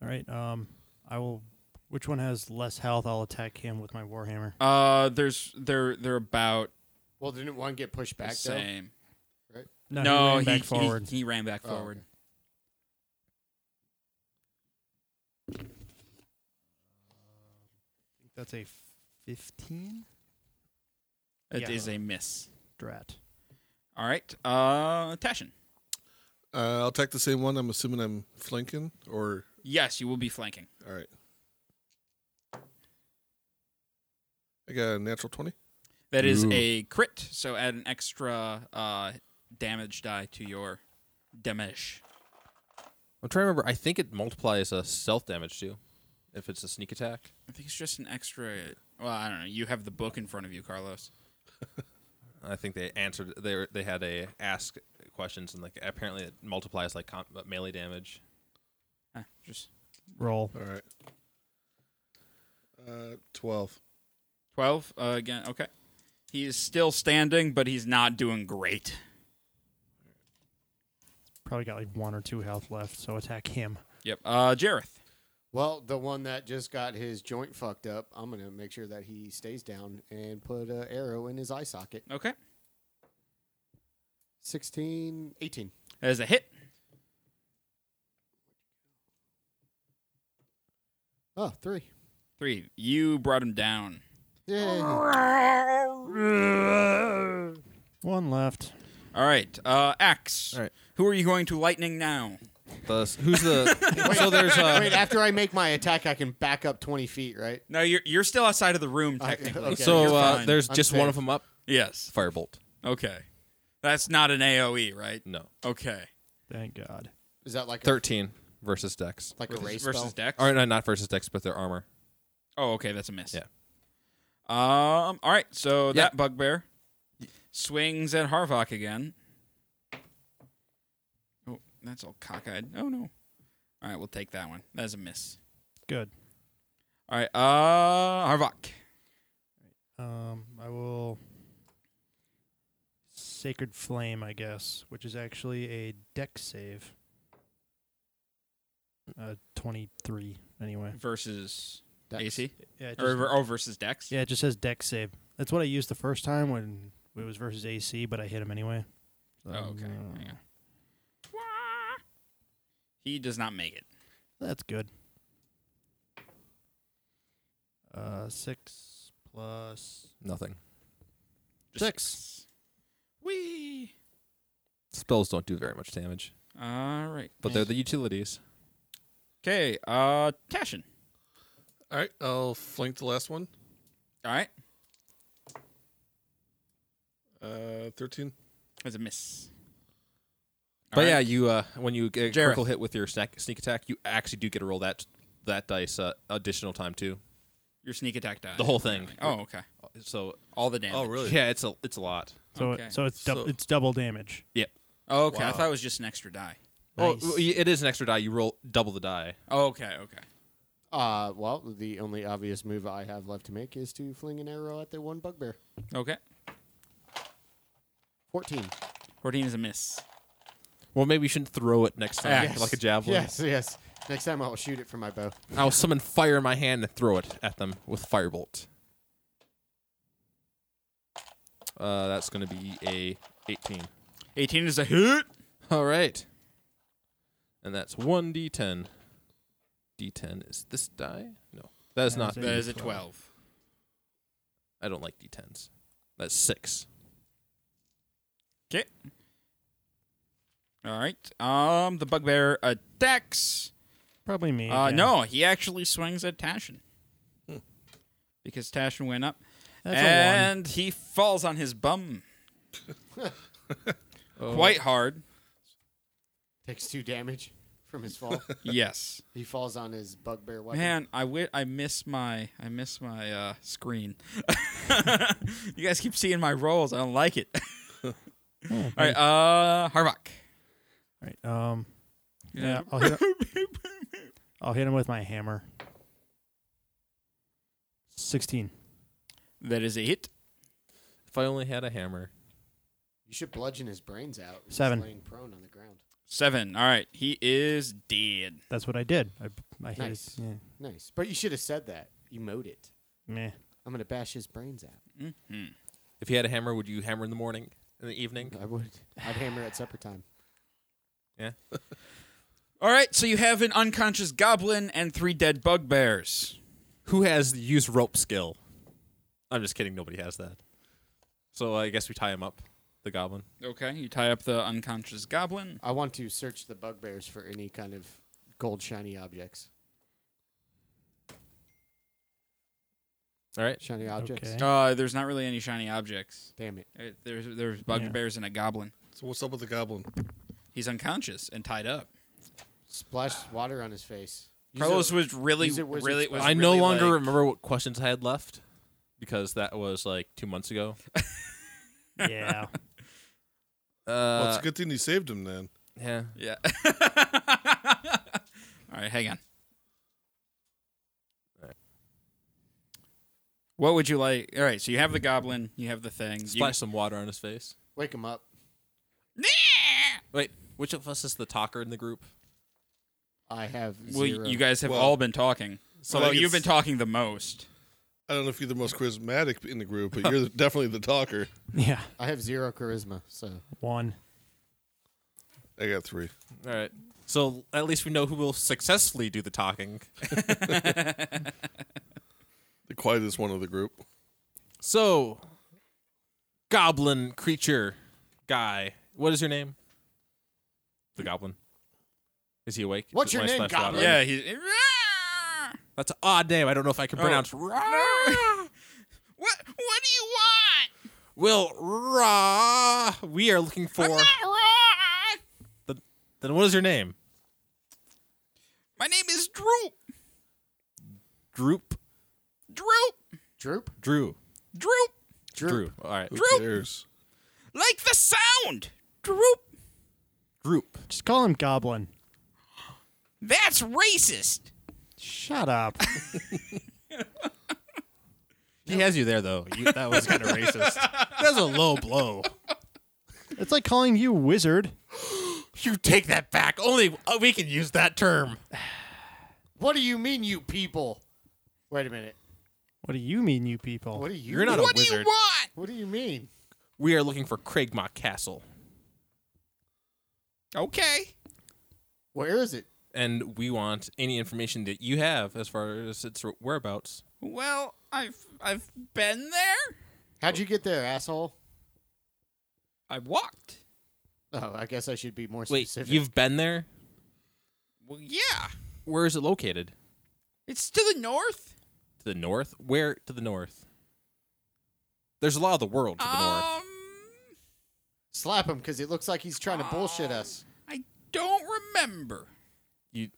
Speaker 5: All right. Um, I will. Which one has less health? I'll attack him with my warhammer.
Speaker 1: Uh, there's they're they're about
Speaker 3: Well, didn't one get pushed
Speaker 1: the
Speaker 3: back though?
Speaker 1: same.
Speaker 5: No,
Speaker 1: no,
Speaker 5: he ran
Speaker 1: he,
Speaker 5: back forward.
Speaker 1: He, he ran back
Speaker 3: Oh,
Speaker 1: forward.
Speaker 3: okay.
Speaker 5: That's a fifteen.
Speaker 1: It is
Speaker 5: Yeah.
Speaker 1: a miss.
Speaker 5: Drat.
Speaker 1: All right. Uh, Tashin.
Speaker 4: Uh, I'll take the same one. I'm assuming I'm flanking, or
Speaker 1: Yes, you will be flanking.
Speaker 4: all right. I got a natural twenty.
Speaker 1: That is
Speaker 2: Ooh.
Speaker 1: a crit, so add an extra uh, damage die to your damage.
Speaker 2: I'm trying to remember. I think it multiplies uh, stealth damage too, if it's a sneak attack.
Speaker 1: I think it's just an extra. Well, I don't know. You have the book in front of you, Carlos.
Speaker 2: I think they answered. They were- they had a ask questions and like apparently it multiplies like com- uh, melee damage.
Speaker 1: Huh, Ah, just
Speaker 5: Roll.
Speaker 4: All right. Uh, twelve.
Speaker 1: twelve uh, again. Okay, he is still standing, but he's not doing great.
Speaker 5: Probably got like one or two health left, so attack him.
Speaker 1: Yep. Uh, Jareth.
Speaker 3: Well, the one that just got his joint fucked up, I'm gonna make sure that he stays down and put an arrow in his eye socket.
Speaker 1: Okay,
Speaker 3: 16, 18.
Speaker 1: that is a hit.
Speaker 3: Oh, three.
Speaker 1: Three. You brought him down.
Speaker 3: Yeah.
Speaker 5: One left.
Speaker 1: All right. Uh, Axe.
Speaker 2: All right.
Speaker 1: Who are you going to lightning now?
Speaker 2: The, who's the? so there's uh,
Speaker 3: Wait, after I make my attack, I can back up 20 feet, right?
Speaker 1: No, you're you're still outside of the room
Speaker 3: I-
Speaker 1: technically.
Speaker 3: okay.
Speaker 1: you're
Speaker 2: so uh,
Speaker 1: fine.
Speaker 2: there's
Speaker 3: I'm
Speaker 2: just one
Speaker 3: safe.
Speaker 2: of them up.
Speaker 1: yes.
Speaker 2: Firebolt.
Speaker 1: Okay, that's not an AOE, right?
Speaker 2: No.
Speaker 1: Okay.
Speaker 5: Thank God.
Speaker 3: Is that like a,
Speaker 2: Thirteen versus Dex.
Speaker 3: like a race
Speaker 1: versus
Speaker 3: spell?
Speaker 1: Dex.
Speaker 2: Or no, not versus Dex, but their armor.
Speaker 1: Oh, okay, that's a miss.
Speaker 2: Yeah.
Speaker 1: Um. All right, so
Speaker 2: Yeah.
Speaker 1: that bugbear swings at Harvok again. Oh, that's all cockeyed. Oh no. All right, we'll take that one. That's a miss.
Speaker 5: Good.
Speaker 1: All right, uh, Harvok.
Speaker 5: Um, I will sacred flame, I guess, which is actually a deck save. Uh, twenty-three. Anyway.
Speaker 1: versus
Speaker 3: Dex.
Speaker 1: AC
Speaker 5: Yeah. It
Speaker 1: or,
Speaker 5: just,
Speaker 1: ver- oh versus Dex.
Speaker 5: yeah, it just says deck save. That's what I used the first time when it was versus AC, but I hit him anyway. So,
Speaker 1: Oh, okay.
Speaker 5: uh,
Speaker 1: Hang on. He does not make it.
Speaker 5: That's good. Uh, six plus
Speaker 2: Nothing.
Speaker 1: Just
Speaker 5: Six.
Speaker 1: Wee.
Speaker 2: Spells don't do very much damage,
Speaker 1: All right.
Speaker 2: but they're the utilities.
Speaker 1: Okay. Uh, Tashin.
Speaker 4: All right, I'll flank the last one.
Speaker 1: All right.
Speaker 4: Uh, thirteen.
Speaker 1: That's a miss.
Speaker 2: but
Speaker 1: All
Speaker 2: yeah,
Speaker 1: right.
Speaker 2: you uh, when you get a
Speaker 1: Jareth.
Speaker 2: critical hit with your snack, sneak attack, you actually do get to roll that that dice uh, additional time too.
Speaker 1: your sneak attack die.
Speaker 2: The whole thing.
Speaker 1: Oh, okay.
Speaker 2: So
Speaker 1: All the damage.
Speaker 4: Oh, really?
Speaker 2: yeah, it's a it's a lot.
Speaker 5: so
Speaker 1: Okay.
Speaker 5: it, so it's dou-
Speaker 4: So-
Speaker 5: it's double damage.
Speaker 1: Oh, okay. I
Speaker 4: Wow.
Speaker 1: thought it was just an extra die.
Speaker 5: Nice.
Speaker 2: Oh, it is an extra die. You roll double the die.
Speaker 1: Oh, okay. Okay.
Speaker 3: Uh, well, the only obvious move I have left to make is to fling an arrow at the one bugbear.
Speaker 1: Okay.
Speaker 3: 14.
Speaker 1: Fourteen is a miss.
Speaker 2: Well, maybe you shouldn't throw it next time,
Speaker 3: Yes.
Speaker 2: like a javelin.
Speaker 3: Yes, yes. Next time I'll shoot it from my bow.
Speaker 2: I'll summon fire in my hand and throw it at them with firebolt. Uh, that's going to be a 18.
Speaker 1: Eighteen is a hit.
Speaker 2: All right. And that's 1d10. d10 is this die? No. That is
Speaker 5: That
Speaker 2: not.
Speaker 5: is
Speaker 1: That is a
Speaker 5: Twelve.
Speaker 1: twelve.
Speaker 2: I don't like d10s. That's 6.
Speaker 1: All right. Um, the bugbear attacks.
Speaker 5: Probably me.
Speaker 1: Uh,
Speaker 5: again.
Speaker 1: no, he actually swings at Tashin
Speaker 4: Hmm.
Speaker 1: because Tashin went up,
Speaker 5: That's a one.
Speaker 1: and he falls on his bum quite hard.
Speaker 3: Takes two damage from his fall.
Speaker 1: yes,
Speaker 3: he falls on his bugbear weapon.
Speaker 1: man, I wi- I miss my I miss my uh, screen. you guys keep seeing my rolls. I don't like it.
Speaker 5: Oh,
Speaker 1: All right, uh, Harvok.
Speaker 5: All right. Um. Yeah. I'll hit, I'll hit him with my hammer. Sixteen.
Speaker 1: that is a hit.
Speaker 2: If I only had a hammer.
Speaker 3: You should bludgeon his brains out. He's
Speaker 5: Seven.
Speaker 3: laying prone on the ground.
Speaker 1: Seven. All right, he is dead.
Speaker 5: That's what I did. I I hit
Speaker 3: Nice.
Speaker 5: his, yeah.
Speaker 3: Nice. But you should have said that. You mowed it.
Speaker 5: Meh.
Speaker 3: I'm going to bash his brains out.
Speaker 1: hmm
Speaker 2: If you had a hammer, would you hammer in the morning, in the evening?
Speaker 3: I would. I'd hammer at supper time.
Speaker 1: All right, so you have an unconscious goblin and three dead bugbears.
Speaker 2: Who has the use rope skill? I'm just kidding. Nobody has that. So I guess we tie him up, the goblin.
Speaker 1: Okay, you tie up the unconscious goblin.
Speaker 3: I want to search the bugbears for any kind of gold shiny objects.
Speaker 2: All right.
Speaker 3: Shiny objects.
Speaker 5: Okay.
Speaker 1: Uh, there's not really any shiny objects.
Speaker 3: Damn it.
Speaker 1: Uh, There's there's bugbears and a goblin.
Speaker 4: So what's up with the goblin?
Speaker 2: Uh,
Speaker 1: He's unconscious and tied up.
Speaker 3: Splashed water on his face. Use
Speaker 1: Carlos
Speaker 3: a-
Speaker 1: was really,
Speaker 3: he's a wizard
Speaker 1: really.
Speaker 3: spy.
Speaker 1: Was
Speaker 2: I no
Speaker 1: really,
Speaker 2: longer
Speaker 1: like-
Speaker 2: remember what questions I had left because that was like two months ago.
Speaker 5: yeah.
Speaker 4: well,
Speaker 2: Uh,
Speaker 4: it's a good thing you saved him then.
Speaker 2: yeah.
Speaker 1: Yeah. All right, hang on. What would you like? All right, so you have the goblin, you have the thing. you-
Speaker 2: Splash some water on his face.
Speaker 3: Wake him up.
Speaker 2: Wait, which of us is the talker in the group?
Speaker 3: I have
Speaker 1: well,
Speaker 3: zero.
Speaker 1: you guys have
Speaker 4: Well-
Speaker 1: all been talking. So
Speaker 4: I think
Speaker 1: you've been
Speaker 4: it's-
Speaker 1: talking the most.
Speaker 4: I don't know if you're the most charismatic in the group, but you're definitely the talker.
Speaker 5: Yeah.
Speaker 3: I have zero charisma, so
Speaker 5: One.
Speaker 4: I got three.
Speaker 2: All right. So at least we know who will successfully do the talking.
Speaker 4: The quietest one of the group.
Speaker 2: So, goblin creature guy, what is your name? The goblin. Is he awake?
Speaker 3: What's
Speaker 2: Did
Speaker 3: your
Speaker 2: my
Speaker 3: name,
Speaker 2: splash water
Speaker 3: goblin?
Speaker 2: on him?
Speaker 1: Yeah, he's.
Speaker 2: That's an odd name. I don't know if I can pronounce.
Speaker 1: Oh. What? What do you want?
Speaker 2: Will Ra. We are looking for. The, then what is your name?
Speaker 1: My name is Droop.
Speaker 2: Droop.
Speaker 1: Droop.
Speaker 3: droop,
Speaker 2: Drew.
Speaker 1: Droop.
Speaker 3: droop.
Speaker 2: Drew. All right.
Speaker 4: Who
Speaker 1: Droop.
Speaker 4: cares?
Speaker 1: Like the sound. Droop.
Speaker 2: Droop.
Speaker 5: Just call him Goblin.
Speaker 1: That's racist.
Speaker 5: Shut up.
Speaker 2: He has you there though. You, that was kind of racist. That was a low blow.
Speaker 5: it's like calling you wizard.
Speaker 2: You take that back. Only uh, we can use that term.
Speaker 3: What do you mean, you people? Wait a minute.
Speaker 5: What do you mean, you people?
Speaker 3: What do you?
Speaker 2: Oh, You're not
Speaker 1: What do
Speaker 2: a
Speaker 1: you
Speaker 2: wizard.
Speaker 1: want?
Speaker 3: What do you mean?
Speaker 2: we are looking for Craigmont Castle,
Speaker 1: Okay.
Speaker 3: Where is it?
Speaker 2: and we want any information that you have as far as its whereabouts.
Speaker 1: Well, I've I've been there.
Speaker 3: How'd you get there, asshole?
Speaker 1: I walked.
Speaker 3: Oh, I guess I should be more
Speaker 2: Wait,
Speaker 3: specific.
Speaker 2: you've been there?
Speaker 1: Well, yeah.
Speaker 2: Where is it located?
Speaker 1: It's to the north.
Speaker 2: To the north? Where to the north? There's a lot of the world to the north.
Speaker 1: Um,
Speaker 3: slap him because it looks like he's trying to bullshit us.
Speaker 1: I don't remember.
Speaker 2: You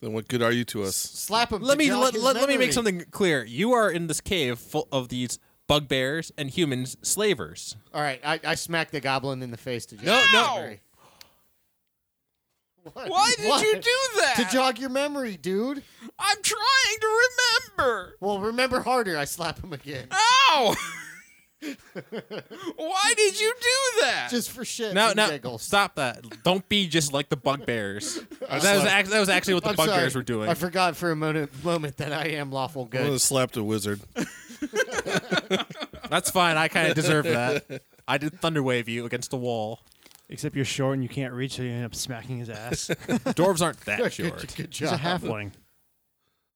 Speaker 4: Then what good are you to us?
Speaker 3: Slap him.
Speaker 2: let
Speaker 3: to
Speaker 2: me
Speaker 3: jog
Speaker 2: let,
Speaker 3: his
Speaker 2: let, let me
Speaker 3: memory.
Speaker 2: make something clear. You are in this cave full of these bugbears and humans slavers.
Speaker 3: All right, I, I smacked the goblin in the face to jog.
Speaker 2: No,
Speaker 3: his
Speaker 2: no.
Speaker 3: memory. What?
Speaker 1: Why did
Speaker 3: What?
Speaker 1: you do that?
Speaker 3: To jog your memory, dude.
Speaker 1: I'm trying to remember.
Speaker 3: Well, remember harder. I slap him again,
Speaker 1: Ow! Oh! Why did you do that?
Speaker 3: just for shit.
Speaker 2: No,
Speaker 3: and
Speaker 2: no,
Speaker 3: giggles.
Speaker 2: stop that! Don't be just like the bugbears. that was act- that was actually what the
Speaker 3: I'm
Speaker 2: bugbears
Speaker 3: sorry.
Speaker 2: were doing.
Speaker 3: I forgot for a moment, moment that I am lawful
Speaker 4: I'm
Speaker 3: good.
Speaker 4: gonna slap the wizard.
Speaker 2: That's fine. I kind of deserve that. I did thunderwave you against the wall.
Speaker 5: Except you're short and you can't reach, so you end up smacking his ass. He's
Speaker 2: The dwarves aren't that
Speaker 3: Good-
Speaker 2: short.
Speaker 3: Good
Speaker 5: a
Speaker 3: job.
Speaker 5: halfling.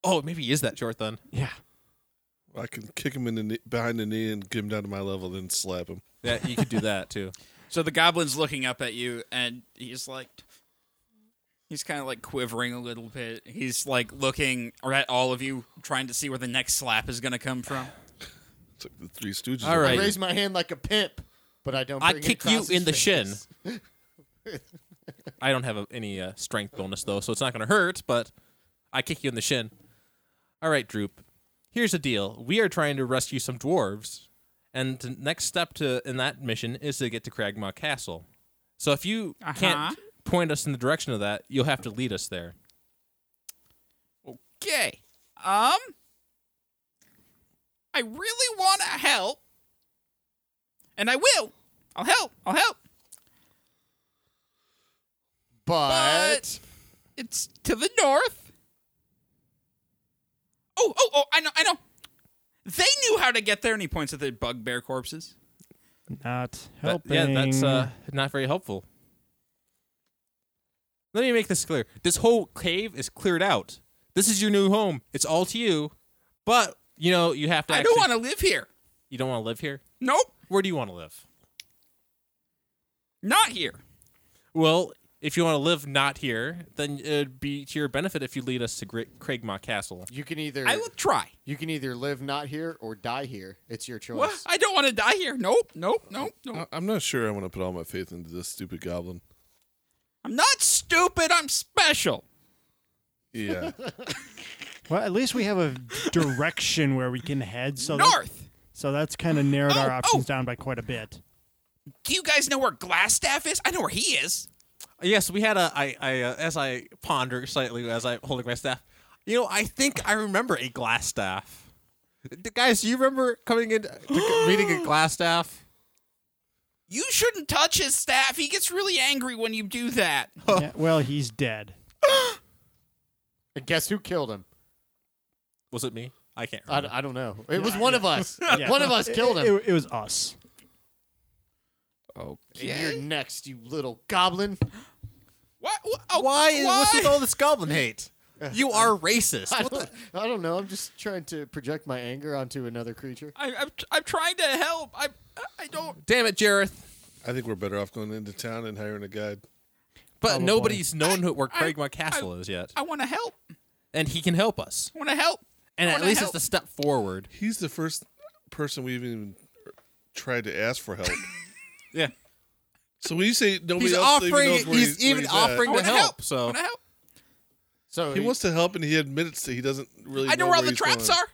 Speaker 2: Oh, maybe he is that short then.
Speaker 5: Yeah.
Speaker 4: I can kick him in the knee, behind the knee and get him down to my level, then slap him.
Speaker 2: Yeah, you could do that too.
Speaker 1: So the goblin's looking up at you, and he's like, he's kind of like quivering a little bit. He's like looking at all of you, trying to see where the next slap is going to come from.
Speaker 4: It's like the Three Stooges.
Speaker 2: All
Speaker 4: over
Speaker 2: right.
Speaker 3: I
Speaker 4: here.
Speaker 3: raise my hand like a pimp, but I don't.
Speaker 2: I
Speaker 3: bring it
Speaker 2: kick you
Speaker 3: across
Speaker 2: in the
Speaker 3: his
Speaker 2: shin.
Speaker 3: face.
Speaker 2: I don't have a, any uh, strength bonus though, so it's not going to hurt. But I kick you in the shin. All right, Droop. Here's the deal. We are trying to rescue some dwarves, and the next step to in that mission is to get to Cragmaw Castle. So if you
Speaker 1: Uh-huh.
Speaker 2: can't point us in the direction of that, you'll have to lead us there.
Speaker 1: Okay. Um, I really want to help, and I will. I'll help. I'll help.
Speaker 3: But
Speaker 1: It's to the north. Oh, oh, oh! I know. I know. They knew how to get there, and he points at the bugbear corpses.
Speaker 5: Not
Speaker 2: That-
Speaker 5: helping.
Speaker 2: yeah, that's uh, not very helpful. Let me make this clear. This whole cave is cleared out. This is your new home. It's all to you. But you know you have to.
Speaker 1: I
Speaker 2: actually,
Speaker 1: don't want to live here.
Speaker 2: You don't want to live here?
Speaker 1: Nope,
Speaker 2: Where do you want to live?
Speaker 1: not here.
Speaker 2: Well, if you want to live not here, then it'd be to your benefit if you lead us to Gra- Craigmaw Castle.
Speaker 3: You can either
Speaker 1: I will try.
Speaker 3: you can either live not here or die here. It's your choice.
Speaker 1: What? I don't want to die here. Nope, nope, nope, nope.
Speaker 2: Uh,
Speaker 4: I- I'm not sure I want to put all my faith into this stupid goblin.
Speaker 1: I'm not stupid. I'm special.
Speaker 4: Yeah.
Speaker 5: Well, at least we have a direction where we can head.
Speaker 2: Uh,
Speaker 5: So that-
Speaker 1: North.
Speaker 5: so that's kind of narrowed our
Speaker 1: Oh,
Speaker 5: options
Speaker 1: oh.
Speaker 5: down by quite a bit.
Speaker 1: Do you guys know where Glassstaff is? I know where he is.
Speaker 2: Yes, we had a. I, I uh, as I ponder slightly as I holding my staff. You know, I think I remember a glass staff. D- Guys, do you remember coming in to meeting a glass staff?
Speaker 1: You shouldn't touch his staff. He gets really angry when you do that.
Speaker 5: Yeah, well, he's dead.
Speaker 3: And guess who killed him?
Speaker 2: Was it me? I can't
Speaker 3: I,
Speaker 2: remember.
Speaker 3: I don't know. It was one of us.
Speaker 5: Yeah.
Speaker 3: One of us
Speaker 5: It-
Speaker 3: killed
Speaker 5: it-
Speaker 3: him.
Speaker 5: It, it was us.
Speaker 3: And You're next, you little goblin.
Speaker 1: What? what oh,
Speaker 2: why is what's with
Speaker 1: why?
Speaker 2: all this goblin hate? You are racist.
Speaker 3: I
Speaker 2: What
Speaker 3: don't, I don't know. I'm just trying to project my anger onto another creature.
Speaker 1: I, I'm, I'm trying to help. I I don't.
Speaker 2: the- Damn it, Jareth.
Speaker 4: I think we're better off going into town and hiring a guide.
Speaker 2: But
Speaker 5: Probably.
Speaker 2: nobody's known who, where
Speaker 1: I-
Speaker 2: Craigmaw Castle is yet,
Speaker 1: I want to help.
Speaker 2: and he can help us.
Speaker 1: I want to help.
Speaker 2: And
Speaker 1: I
Speaker 2: at
Speaker 1: wanna
Speaker 2: least
Speaker 1: help.
Speaker 2: it's a step forward.
Speaker 4: He's the first person we even tried to ask for help.
Speaker 2: Yeah,
Speaker 4: so when you say nobody
Speaker 2: he's
Speaker 4: else even
Speaker 2: offering.
Speaker 4: knows where
Speaker 2: He's
Speaker 4: where
Speaker 2: even
Speaker 4: at,
Speaker 2: offering
Speaker 1: I
Speaker 2: to
Speaker 1: wanna
Speaker 2: help.
Speaker 1: help. I
Speaker 2: So
Speaker 1: want to help.
Speaker 3: So
Speaker 4: He wants to help, and he admits that he doesn't really.
Speaker 1: I know where all the
Speaker 4: he's
Speaker 1: traps
Speaker 4: going.
Speaker 1: are.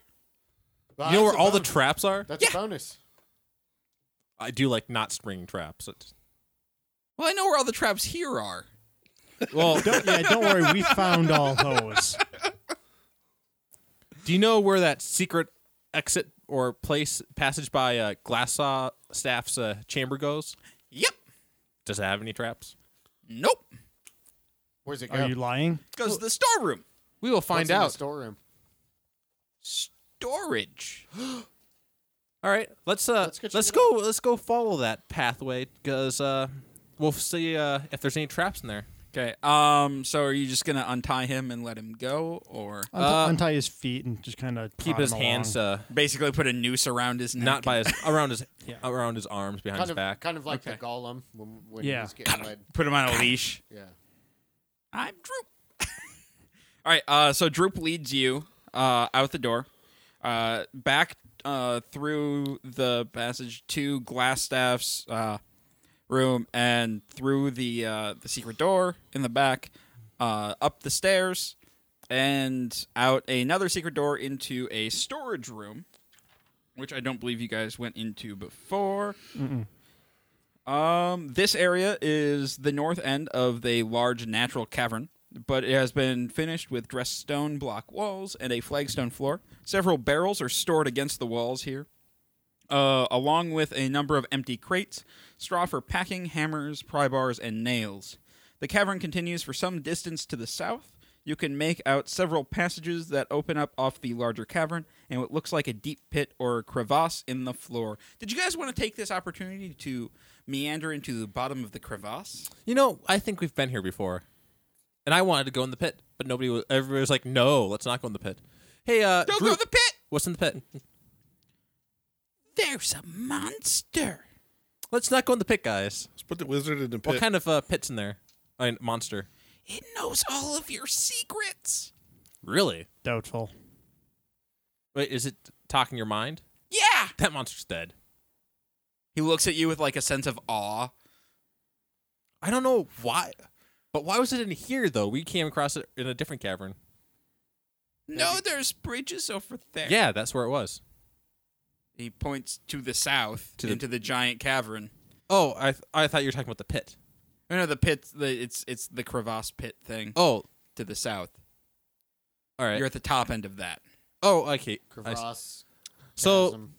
Speaker 3: Well,
Speaker 2: you know
Speaker 3: that's
Speaker 2: where
Speaker 3: a
Speaker 2: all the
Speaker 3: bonus.
Speaker 2: traps are?
Speaker 3: That's
Speaker 1: Yeah.
Speaker 3: a bonus.
Speaker 2: I do like not spring traps. It's-
Speaker 1: Well, I know where all the traps here are.
Speaker 2: Well,
Speaker 5: Don't, yeah, don't worry. We found all those.
Speaker 2: do you know where that secret exit or place passage by uh, Glassaw staff's uh, chamber goes?
Speaker 1: Yep.
Speaker 2: Does it have any traps?
Speaker 1: Nope.
Speaker 3: Where's it go?
Speaker 5: Are you lying?
Speaker 1: Goes to the storeroom.
Speaker 2: We will
Speaker 3: What's
Speaker 2: find
Speaker 3: in the
Speaker 2: out.
Speaker 3: storeroom.
Speaker 1: Storage.
Speaker 2: All right, let's uh,
Speaker 3: Let's go
Speaker 2: let's,
Speaker 3: check it
Speaker 2: go let's go follow that pathway because uh, we'll see uh, if there's any traps in there.
Speaker 1: Okay. Um. So are you just gonna untie him and let him go, or
Speaker 5: Unti- untie his feet and just kind of
Speaker 2: Keep his hands uh,
Speaker 1: basically put a noose around his neck?
Speaker 2: not by his around his
Speaker 5: Yeah.
Speaker 2: around his arms behind
Speaker 3: Kind
Speaker 2: his
Speaker 3: of,
Speaker 2: back.
Speaker 3: kind of like
Speaker 1: Okay.
Speaker 3: the golem when, when
Speaker 5: Yeah.
Speaker 3: he's getting led.
Speaker 1: Put him on a leash.
Speaker 3: Yeah.
Speaker 1: I'm Droop. All right. Uh, so Droop leads you uh, out the door, uh, back uh, through the passage to Glassstaff's uh, room, and through the uh, the secret door in the back, uh, up the stairs, and out another secret door into a storage room, which I don't believe you guys went into before. Um, this area is the north end of the large natural cavern, but it has been finished with dressed stone block walls and a flagstone floor. Several barrels are stored against the walls here, uh, along with a number of empty crates, straw for packing, hammers, pry bars, and nails. The cavern continues for some distance to the south. You can make out several passages that open up off the larger cavern and what looks like a deep pit or crevasse in the floor. Did you guys want to take this opportunity to meander into the bottom of the crevasse?
Speaker 2: You know, I think we've been here before, and I wanted to go in the pit, but nobody. Was, everybody was like, "No, let's not go in the pit." Hey, uh,
Speaker 1: Don't go
Speaker 2: Droop,
Speaker 1: in the pit!
Speaker 2: What's in the pit?
Speaker 1: There's a monster!
Speaker 2: Let's not go in the pit, guys.
Speaker 4: Let's put the wizard in the pit.
Speaker 2: What kind of uh, pits in there? I mean, monster.
Speaker 1: It knows all of your secrets!
Speaker 2: Really?
Speaker 5: Doubtful.
Speaker 2: Wait, is it talking your mind?
Speaker 1: Yeah!
Speaker 2: That monster's dead.
Speaker 1: He looks at you with like a sense of awe.
Speaker 2: I don't know why, but why was it in here though? We came across it in a different cavern.
Speaker 1: No, there's bridges over there.
Speaker 2: Yeah, that's where it was.
Speaker 1: He points to the south
Speaker 2: To the-
Speaker 1: into the giant cavern. Oh,
Speaker 2: Oh, I th- I thought you were talking about the pit.
Speaker 1: No, no, the pit. The, it's it's the crevasse pit thing
Speaker 2: Oh,
Speaker 1: to the south.
Speaker 2: all right.
Speaker 1: You're at the top end of that.
Speaker 2: oh, okay. I s-
Speaker 3: Crevasse.
Speaker 2: So
Speaker 3: chasm.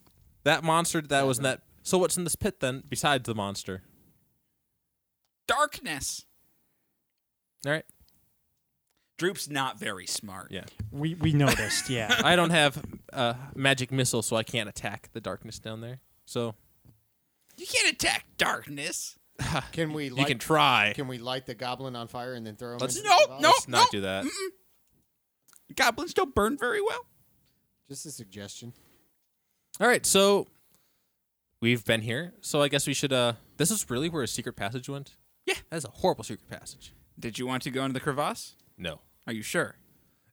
Speaker 2: that monster that was in that. So what's in this pit then? Besides the monster.
Speaker 1: Darkness.
Speaker 2: All right.
Speaker 1: Droop's not very smart.
Speaker 2: Yeah.
Speaker 5: We we noticed. Yeah.
Speaker 2: I don't have uh, magic missile, so I can't attack the darkness down there. So
Speaker 1: You can't attack darkness.
Speaker 3: Can we light,
Speaker 2: you can try.
Speaker 3: can we light the goblin on fire and then throw him
Speaker 2: Let's-
Speaker 3: into
Speaker 1: No,
Speaker 3: the crevasse?
Speaker 1: no,
Speaker 2: Let's
Speaker 1: no.
Speaker 2: not do that.
Speaker 1: Mm-mm. Goblins don't burn very well.
Speaker 3: Just a suggestion.
Speaker 2: All right. So we've been here, so I guess we should. uh This is really where a secret passage went.
Speaker 1: Yeah.
Speaker 2: that's a horrible secret passage.
Speaker 1: Did you want to go into the crevasse?
Speaker 2: No,
Speaker 1: Are you sure?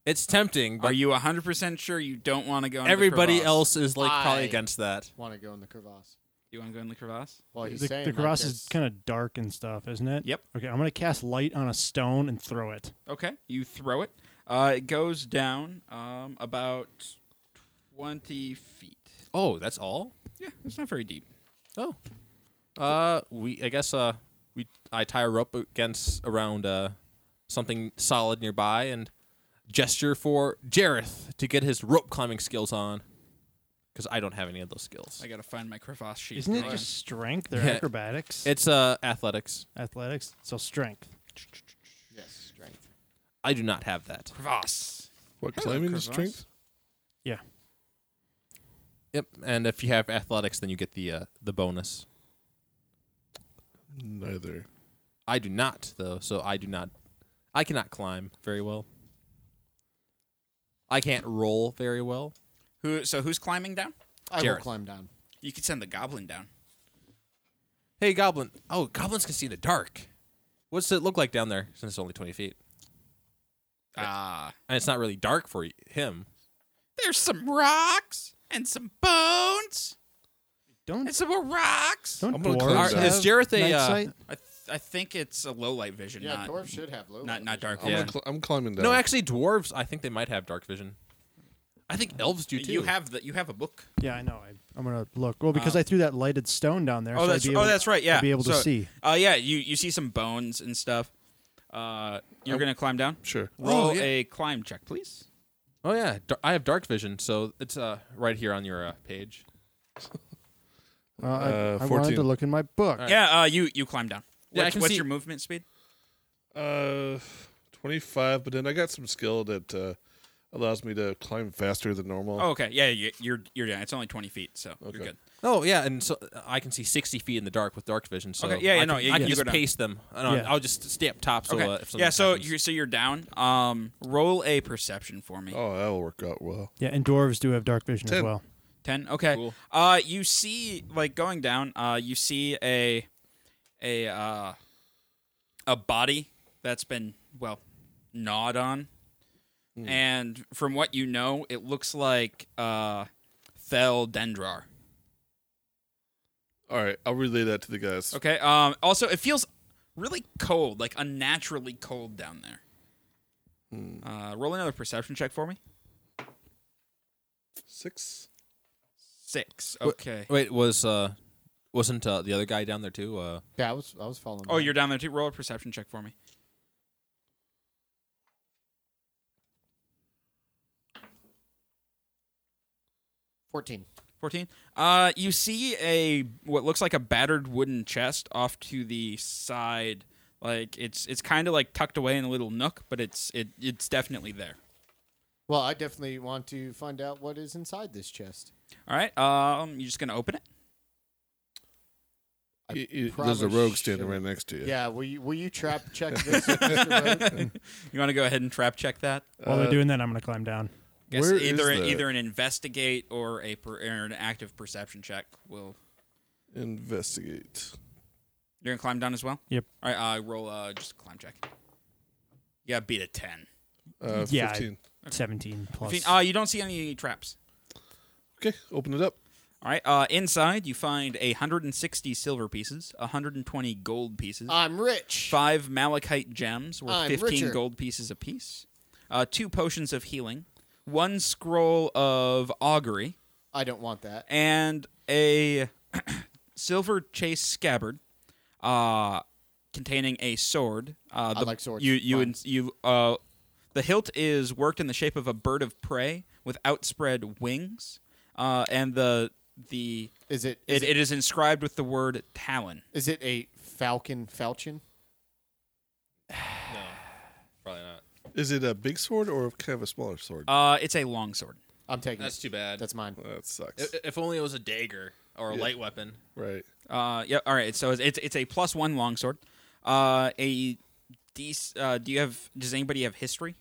Speaker 2: it's tempting, but
Speaker 1: Are you 100% sure you don't want to go into the
Speaker 2: everybody
Speaker 1: crevasse?
Speaker 2: else is like probably
Speaker 3: I-
Speaker 2: against that.
Speaker 3: Want to go in the crevasse?
Speaker 1: Do you want to go in the crevasse?
Speaker 3: Well, he's
Speaker 5: the
Speaker 3: saying
Speaker 5: the
Speaker 3: like
Speaker 5: cross
Speaker 3: this.
Speaker 5: is kind of dark and stuff, isn't it?
Speaker 1: Yep.
Speaker 5: Okay, I'm gonna cast light on a stone and throw it.
Speaker 1: Okay. You throw it. Uh, it goes down um, about 20 feet.
Speaker 2: Oh, that's all.
Speaker 1: Yeah, it's not very deep.
Speaker 2: Oh, uh, we I guess uh we I tie a rope against around uh something solid nearby and gesture for Jareth to get his rope climbing skills on, because I don't have any of those skills.
Speaker 1: I got to find my crevasse sheet.
Speaker 5: Isn't it
Speaker 1: Hold on.
Speaker 5: just strength or
Speaker 2: Yeah.
Speaker 5: acrobatics?
Speaker 2: It's uh athletics.
Speaker 5: athletics. So strength.
Speaker 3: Yes, strength.
Speaker 2: I do not have that.
Speaker 1: crevasse?
Speaker 4: What
Speaker 1: Hello,
Speaker 4: climbing is
Speaker 1: crevasse.
Speaker 4: strength?
Speaker 5: Yeah.
Speaker 2: Yep, and if you have athletics, then you get the uh, the bonus.
Speaker 4: Neither.
Speaker 2: I do not though, so I do not. I cannot climb very well. I can't roll very well.
Speaker 1: Who? So who's climbing down?
Speaker 3: I will
Speaker 2: Jareth.
Speaker 3: climb down.
Speaker 1: You could send the goblin down.
Speaker 2: Hey, goblin! Oh, goblins can see in the dark. What's it look like down there? Since it's only twenty feet,
Speaker 1: Ah,
Speaker 2: and it's not really dark for y- him.
Speaker 1: there's some rocks and some bones
Speaker 5: Don't
Speaker 1: and some more rocks.
Speaker 5: don't
Speaker 4: I'm gonna
Speaker 5: dwarves
Speaker 4: close
Speaker 5: have
Speaker 4: that.
Speaker 2: Is Jareth a,
Speaker 5: night
Speaker 2: uh,
Speaker 5: sight?
Speaker 1: I, th- I think it's a low light vision.
Speaker 3: Yeah,
Speaker 1: not,
Speaker 3: dwarf should have low.
Speaker 1: not-
Speaker 3: light
Speaker 1: not
Speaker 3: vision.
Speaker 1: dark
Speaker 4: I'm,
Speaker 1: Yeah.
Speaker 4: gonna cl- I'm climbing down.
Speaker 2: No, actually, dwarves. I think they might have dark vision. I think elves do too.
Speaker 1: You have the you have a book.
Speaker 5: Yeah, I know. I, I'm gonna look. Well, because I threw that lighted stone down there. so
Speaker 1: Oh,
Speaker 5: I'd
Speaker 1: that's
Speaker 5: be
Speaker 1: oh
Speaker 5: able-
Speaker 1: that's right. Yeah,
Speaker 5: I'd be able to
Speaker 1: So,
Speaker 5: see.
Speaker 1: Uh, yeah, you you see some bones and stuff. Uh, you're gonna climb down. Oh,
Speaker 4: Sure.
Speaker 1: Roll
Speaker 2: yeah.
Speaker 1: a climb check, please.
Speaker 2: Oh yeah, dar- I have dark vision, so it's uh right here on your uh, page.
Speaker 5: Well, I,
Speaker 4: Uh,
Speaker 5: I wanted to
Speaker 4: 14.
Speaker 5: look in my book.
Speaker 1: Yeah, uh, you you climb down.
Speaker 2: Yeah, I
Speaker 1: What-
Speaker 2: can
Speaker 1: what's
Speaker 2: see-
Speaker 1: your movement speed?
Speaker 4: Uh, 25, but then I got some skill that uh, allows me to climb faster than normal.
Speaker 1: Oh, okay. Yeah, you, you're you're down. It's only twenty feet, so
Speaker 4: Okay.
Speaker 1: you're good.
Speaker 2: Oh yeah, and so I can see sixty feet in the dark with dark vision. So
Speaker 1: Okay, yeah,
Speaker 2: I
Speaker 1: yeah,
Speaker 2: can,
Speaker 1: no, yeah, you
Speaker 2: I can
Speaker 1: go
Speaker 2: just
Speaker 1: down.
Speaker 2: pace them. And I'll,
Speaker 5: Yeah.
Speaker 2: I'll just stay up top. So
Speaker 1: okay.
Speaker 2: uh, if something
Speaker 1: yeah, so
Speaker 2: happens.
Speaker 1: you so you're down. Um, roll a perception for me.
Speaker 4: Oh, that'll work out well.
Speaker 5: Yeah, and dwarves do have dark vision as
Speaker 4: Ten.
Speaker 5: well.
Speaker 1: Ten. Okay.
Speaker 2: Cool.
Speaker 1: Uh, you see, like going down. Uh, you see a, a uh, a body that's been well gnawed on, Hmm. and from what you know, it looks like uh, Thel Dendrar.
Speaker 4: All right, I'll relay that to the guys.
Speaker 1: Okay. Um. Also, it feels really cold, like unnaturally cold down there. Uh, roll another perception check for me.
Speaker 4: Six.
Speaker 1: Six.
Speaker 2: Wh-
Speaker 1: Okay.
Speaker 2: wait, was uh wasn't uh, the other guy down there too? Uh,
Speaker 3: Yeah, I was I was following.
Speaker 1: Oh,
Speaker 3: down.
Speaker 1: you're down there too. Roll a perception check for me.
Speaker 3: fourteen.
Speaker 1: 14. Uh, you see a what looks like a battered wooden chest off to the side. Like it's it's kind of like tucked away in a little nook, but it's it it's definitely there.
Speaker 3: Well, I definitely want to find out what is inside this chest.
Speaker 1: All right. Um, you just gonna open it.
Speaker 3: I
Speaker 4: Y- y- there's
Speaker 3: probably
Speaker 4: a rogue standing
Speaker 3: should-
Speaker 4: right next to you.
Speaker 3: Yeah, will you will you trap check this, Mr. Rogue?
Speaker 1: You want to go ahead and trap check that?
Speaker 5: While
Speaker 4: Uh,
Speaker 5: they're doing that, I'm gonna climb down.
Speaker 1: Guess
Speaker 4: Where
Speaker 1: either
Speaker 4: is that?
Speaker 1: either an investigate or a per, or an active perception check will.
Speaker 4: Investigate.
Speaker 1: You're gonna climb down as well.
Speaker 5: Yep.
Speaker 1: All right. Uh, roll uh just a climb check. Yeah, beat a ten.
Speaker 4: Uh,
Speaker 5: Yeah, I-
Speaker 4: 15.
Speaker 5: Seventeen plus.
Speaker 1: Fifteen. Uh, you don't see any traps.
Speaker 4: Okay, open it up.
Speaker 1: All right. Uh, inside, you find a 160 silver pieces, 120 gold pieces,
Speaker 3: I'm rich.
Speaker 1: five malachite gems worth
Speaker 3: Uh, I'm
Speaker 1: 15
Speaker 3: richer.
Speaker 1: gold pieces apiece, uh, two potions of healing, one scroll of augury,
Speaker 3: I don't want that.
Speaker 1: and a silver chase scabbard uh, containing a sword. Uh,
Speaker 3: I like swords.
Speaker 1: You, you,
Speaker 3: Fine.
Speaker 1: ins- you. Uh, the hilt is worked in the shape of a bird of prey with outspread wings, uh, and the the
Speaker 3: Is it
Speaker 1: it,
Speaker 3: is it,
Speaker 1: it is inscribed with the word Talon.
Speaker 3: is it a falcon falchion?
Speaker 2: probably not.
Speaker 4: Is it a big sword or kind of a smaller sword?
Speaker 1: Uh, it's a longsword.
Speaker 3: I'm taking
Speaker 2: That's
Speaker 3: it.
Speaker 2: too bad.
Speaker 3: That's mine.
Speaker 4: that sucks.
Speaker 2: I- if only it was a dagger or a
Speaker 4: Yeah.
Speaker 2: light weapon.
Speaker 4: right.
Speaker 1: Uh, yeah. All right. So it's it's, it's a plus one longsword. Uh, a dec- uh, do you have? Does anybody have history?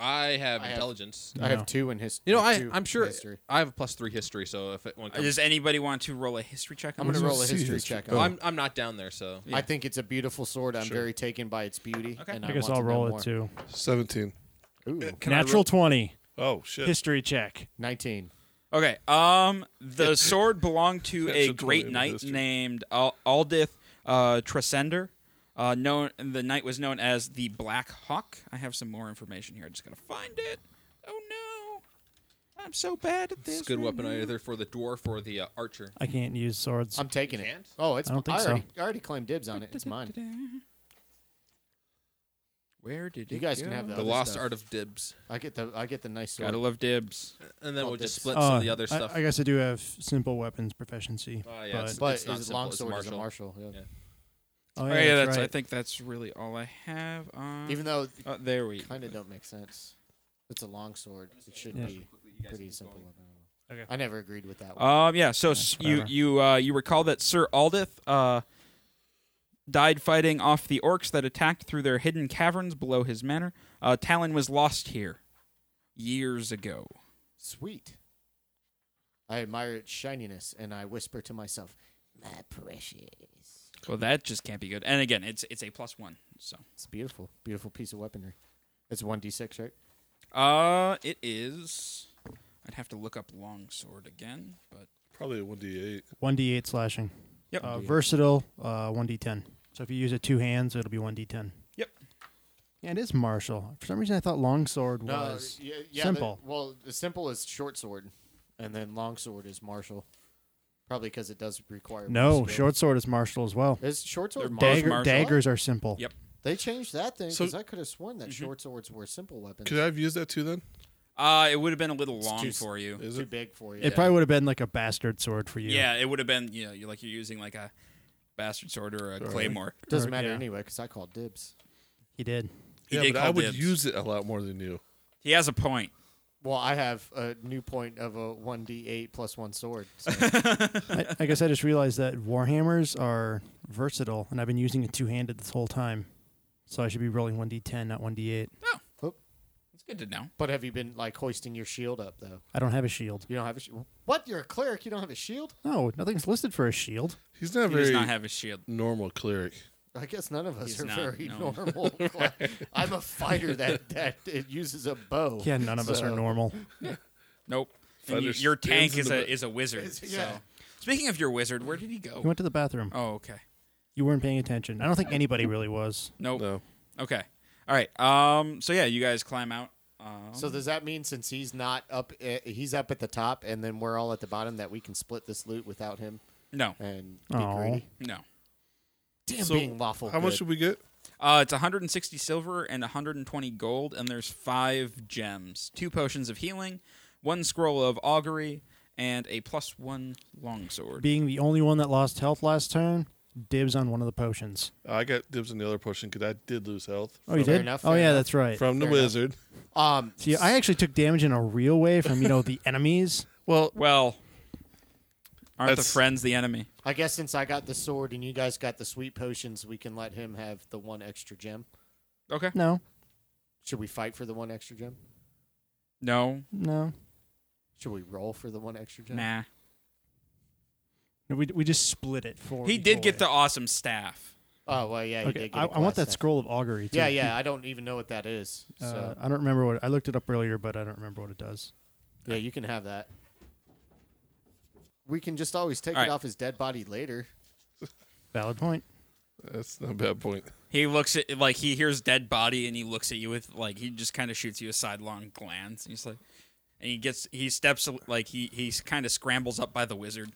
Speaker 2: I have
Speaker 3: I have-
Speaker 2: intelligence.
Speaker 3: I
Speaker 5: No.
Speaker 3: have two in history.
Speaker 2: you know, I I'm sure I have a plus three history. So if it one
Speaker 3: Um,
Speaker 2: comes,
Speaker 1: Does anybody want to roll a history check?
Speaker 3: I'm gonna
Speaker 1: this?
Speaker 3: roll a
Speaker 5: see
Speaker 3: history
Speaker 5: this.
Speaker 3: check.
Speaker 2: well,
Speaker 3: on it.
Speaker 2: Oh, I'm I'm not down there. So
Speaker 1: yeah.
Speaker 3: I think it's a beautiful sword. I'm
Speaker 4: Sure.
Speaker 3: very taken by its beauty.
Speaker 1: Okay.
Speaker 3: and
Speaker 5: I guess
Speaker 3: want
Speaker 5: I'll
Speaker 3: to know
Speaker 5: roll
Speaker 3: more.
Speaker 5: it too.
Speaker 4: Seventeen.
Speaker 3: Ooh,
Speaker 5: Natural 20.
Speaker 4: Oh shit!
Speaker 5: History check.
Speaker 3: 19.
Speaker 1: Okay. Um, the sword belonged to
Speaker 4: That's
Speaker 1: a
Speaker 4: a
Speaker 1: great
Speaker 4: totally
Speaker 1: knight
Speaker 4: realistic.
Speaker 1: named Al- Aldith uh, Tresender. Uh, known the knight was known as the Black Hawk. I have some more information here. I just gotta find it. Oh no, I'm so bad at this.
Speaker 2: it's a good
Speaker 1: right
Speaker 2: weapon
Speaker 1: now.
Speaker 2: either for the dwarf or the uh, archer.
Speaker 5: I can't use swords.
Speaker 3: I'm taking it.
Speaker 2: can't?
Speaker 3: Oh, it's
Speaker 5: I don't think so.
Speaker 3: already, I already claimed dibs on it. It's mine.
Speaker 1: Where did
Speaker 3: You
Speaker 1: it
Speaker 3: guys can have
Speaker 1: go?
Speaker 3: that.
Speaker 2: the
Speaker 3: other
Speaker 2: lost
Speaker 3: Oh, stuff.
Speaker 2: art of dibs,
Speaker 3: I get the I get the nice sword.
Speaker 1: Gotta love dibs.
Speaker 2: and then
Speaker 3: Oh,
Speaker 2: we'll just
Speaker 3: dibs.
Speaker 2: split
Speaker 5: Uh,
Speaker 2: some of the other
Speaker 5: I-
Speaker 2: stuff.
Speaker 5: I, guess I do have simple weapons proficiency.
Speaker 2: Oh, yeah,
Speaker 5: but,
Speaker 2: it's-
Speaker 3: but
Speaker 2: it's not
Speaker 3: his
Speaker 2: simple,
Speaker 3: long
Speaker 2: it's
Speaker 3: sword is a
Speaker 2: martial.
Speaker 3: martial. yeah.
Speaker 2: Yeah.
Speaker 5: oh,
Speaker 1: Oh, yeah, that's.
Speaker 5: that's
Speaker 1: I
Speaker 5: right.
Speaker 1: think that's really all I have. On
Speaker 3: Even though it
Speaker 1: oh, there we.
Speaker 3: kind of don't make sense. It's a long sword. It should
Speaker 5: Yeah.
Speaker 3: be pretty simple. weapon.
Speaker 5: Okay.
Speaker 3: I never agreed with that one.
Speaker 1: Um, yeah. So s you
Speaker 5: whatever.
Speaker 1: you uh, you recall that Sir Aldith uh, died fighting off the orcs that attacked through their hidden caverns below his manor. Uh, Talon was lost here years ago.
Speaker 3: Sweet. I admire its shininess, and I whisper to myself, "My precious."
Speaker 1: Well, that just can't be good. And again, it's it's a plus one. So,
Speaker 3: It's beautiful, beautiful piece of weaponry. It's one d six, right?
Speaker 1: uh, it is. I'd have to look up longsword again, but
Speaker 4: Probably a one d eight.
Speaker 5: 1d8 slashing.
Speaker 1: Yep.
Speaker 5: Uh, versatile, uh, 1d10. So if you use it two hands, it'll be 1d10.
Speaker 1: Yep.
Speaker 5: Yeah, it is martial. For some reason, I thought longsword was.
Speaker 3: yeah,
Speaker 5: simple.
Speaker 3: well, the simple is short sword, and then long sword is martial. Probably because it does require.
Speaker 5: No,
Speaker 3: more skill.
Speaker 5: short sword is martial as well.
Speaker 3: Is short sword martial?
Speaker 5: Dagger,
Speaker 1: martial.
Speaker 5: daggers are simple.
Speaker 1: Yep.
Speaker 3: They changed that thing
Speaker 4: So-
Speaker 3: because I could have sworn that short swords were simple weapons.
Speaker 4: Could I have used that too? Then
Speaker 1: uh, it would have been a little long
Speaker 3: too s-
Speaker 1: for you.
Speaker 4: is
Speaker 3: Too
Speaker 4: it?
Speaker 3: big for you.
Speaker 5: It probably would have been like a bastard sword for you.
Speaker 1: Yeah, it would have been. You know, you're like you're using like a bastard sword or a claymore.
Speaker 3: Doesn't
Speaker 5: Or-
Speaker 3: matter
Speaker 5: yeah.
Speaker 3: anyway because I called dibs.
Speaker 5: He did.
Speaker 1: He
Speaker 4: yeah,
Speaker 1: did
Speaker 4: but I
Speaker 1: call
Speaker 4: would
Speaker 1: dibs.
Speaker 4: use it a lot more than you.
Speaker 1: He has a point.
Speaker 3: Well, I have a new point of a one d eight plus one sword. So
Speaker 5: I, I guess I just realized that warhammers are versatile, and I've been using it two handed this whole time. So I should be rolling 1d10, not 1d8.
Speaker 1: It's good to know.
Speaker 3: But have you been like hoisting your shield up though?
Speaker 5: I don't have a shield.
Speaker 3: You don't have a shield. What? You're a cleric. You don't have a shield?
Speaker 5: No, nothing's listed for a shield.
Speaker 4: He's not
Speaker 1: He
Speaker 4: very
Speaker 1: does not have a shield.
Speaker 4: normal cleric.
Speaker 3: I guess none of us
Speaker 1: He's
Speaker 3: are
Speaker 1: not,
Speaker 3: very
Speaker 1: no.
Speaker 3: normal. cler- I'm a fighter that that it uses a bow.
Speaker 5: Yeah, none of us are
Speaker 3: So-
Speaker 5: normal.
Speaker 1: Nope. And
Speaker 4: Thunder
Speaker 1: you- your tank
Speaker 4: spins
Speaker 1: is
Speaker 4: in
Speaker 1: a
Speaker 4: the-
Speaker 1: is a wizard.
Speaker 3: yeah.
Speaker 1: So, speaking of your wizard, where did he
Speaker 5: You
Speaker 1: go?
Speaker 5: went to the bathroom.
Speaker 1: Oh, okay.
Speaker 5: You weren't paying attention. I don't think anybody really was.
Speaker 1: Nope.
Speaker 4: No,
Speaker 1: Okay. All right. Um. So yeah, you guys climb out. Um,
Speaker 3: So does that mean since he's not up, eh, he's up at the top, and then we're all at the bottom, that we can split this loot without him
Speaker 1: no,
Speaker 3: and be
Speaker 5: Aw.
Speaker 3: greedy?
Speaker 1: no.
Speaker 3: Damn,
Speaker 4: So,
Speaker 3: being
Speaker 1: Oh,
Speaker 3: lawful.
Speaker 4: how much
Speaker 3: good.
Speaker 4: should we get?
Speaker 1: Uh, it's 160 silver and 120 gold, and there's five gems, two potions of healing, one scroll of augury, and a plus one longsword.
Speaker 5: Being the only one that lost health last turn, dibs on one of the potions.
Speaker 4: Uh, I got dibs on the other potion because I did lose health
Speaker 5: Oh, you
Speaker 3: Fair
Speaker 5: did?
Speaker 3: enough,
Speaker 5: oh,
Speaker 3: fair
Speaker 5: yeah,
Speaker 3: enough.
Speaker 5: that's right.
Speaker 4: from the
Speaker 3: Fair enough.
Speaker 4: wizard.
Speaker 3: Um,
Speaker 5: See, I actually took damage in a real way from, you know, the enemies.
Speaker 4: Well,
Speaker 1: Well, aren't the
Speaker 4: That's-
Speaker 1: friends the enemy?
Speaker 3: I guess since I got the sword and you guys got the sweet potions, we can let him have the one extra gem.
Speaker 1: Okay.
Speaker 5: No,
Speaker 3: Should we fight for the one extra gem?
Speaker 1: No.
Speaker 5: no.
Speaker 3: Should we roll for the one extra gem?
Speaker 1: Nah.
Speaker 5: No, We, we just split it for.
Speaker 1: He did get the awesome staff.
Speaker 3: Oh well, yeah. You
Speaker 5: Okay,
Speaker 3: did get
Speaker 5: I,
Speaker 3: a
Speaker 5: I want
Speaker 3: class
Speaker 5: that
Speaker 3: set.
Speaker 5: scroll of augury. Too.
Speaker 3: Yeah, yeah. I don't even know what that is. So
Speaker 5: Uh, I don't remember what I looked it up earlier, but I don't remember what it does.
Speaker 3: yeah, you can have that. We can just always take it
Speaker 1: Alright.
Speaker 3: off his dead body later.
Speaker 5: Valid point.
Speaker 4: that's not a bad point.
Speaker 1: He looks at like he hears dead body and he looks at you with like he just kind of shoots you a sidelong glance and he's like and he gets he steps a- like he he kind of scrambles up by the wizard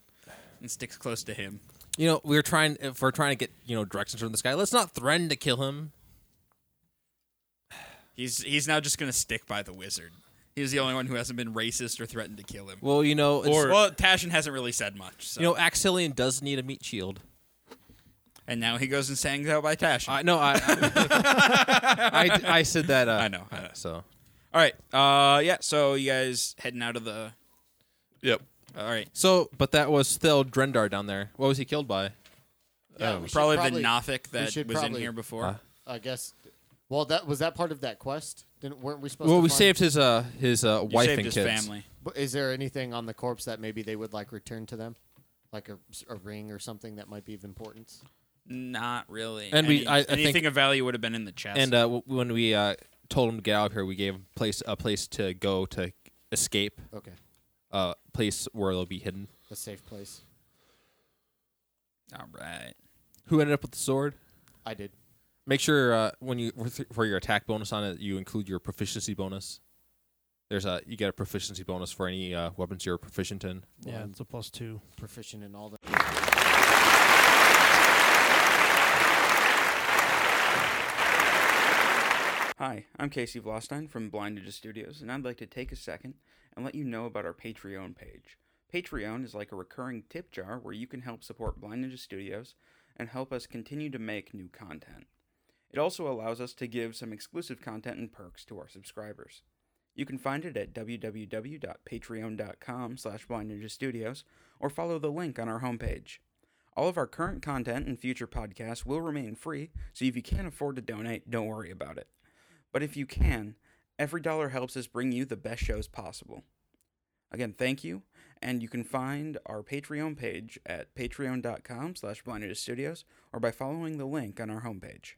Speaker 1: and sticks close to him.
Speaker 2: You know, we're trying if we're trying to get you know directions from this guy. Let's not threaten to kill him.
Speaker 1: He's he's now just gonna stick by the wizard. He's the only one who hasn't been racist or threatened to kill him.
Speaker 2: Well, you know, it's,
Speaker 1: well, Tashin hasn't really said much. So.
Speaker 2: you know, Axilian does need a meat shield.
Speaker 1: and now he goes and stands out by Tashin.
Speaker 2: I no, I I, I, I said that. Uh,
Speaker 1: I know, I know.
Speaker 2: So
Speaker 1: all right. Uh, yeah. So you guys heading out of the.
Speaker 4: Yep.
Speaker 1: All right.
Speaker 2: so, but that was still Drendar down there. What was he killed by?
Speaker 3: Yeah, we should
Speaker 1: Probably, the Nothic that
Speaker 3: should
Speaker 1: was in
Speaker 3: probably-
Speaker 1: here before.
Speaker 2: Huh?
Speaker 3: I guess. Well, that was that part of that quest. Didn't weren't we supposed?
Speaker 2: Well,
Speaker 3: to
Speaker 2: we
Speaker 3: find-
Speaker 2: saved his uh his uh
Speaker 6: You
Speaker 2: wife
Speaker 6: saved
Speaker 2: and
Speaker 6: his
Speaker 2: kids.
Speaker 6: family.
Speaker 3: But Is there anything on the corpse that maybe they would like return to them, like a, a ring or something that might be of importance?
Speaker 6: Not really.
Speaker 2: And we- I- I think-
Speaker 6: anything of value would have been in the chest.
Speaker 2: And uh, w- when we uh, told him to get out of here, we gave him place a place to go to escape,
Speaker 3: Okay,
Speaker 2: a uh, place where they'll be hidden.
Speaker 3: a safe place.
Speaker 6: All right.
Speaker 2: Who ended up with the sword?
Speaker 3: I did.
Speaker 2: Make sure uh, when you for your attack bonus on it, you include your proficiency bonus. There's a you get a proficiency bonus for any uh, weapons you're proficient in.
Speaker 3: Well,
Speaker 5: Yeah,
Speaker 3: I'm
Speaker 5: it's a plus two.
Speaker 3: proficient in all the.
Speaker 1: Hi, I'm Casey Vlostein from Blind Ninja Studios, and I'd like to take a second and let you know about our Patreon page. Patreon is like a recurring tip jar where you can help support Blind Ninja Studios and help us continue to make new content. It also allows us to give some exclusive content and perks to our subscribers. You can find it at www.patreon.com slash Blind Ninja Studios or follow the link on our homepage. All of our current content and future podcasts will remain free, so if you can't afford to donate, don't worry about it. But if you can, every dollar helps us bring you the best shows possible. Again, thank you, and you can find our Patreon page at patreon.com slash blindnerdstudios or by following the link on our homepage.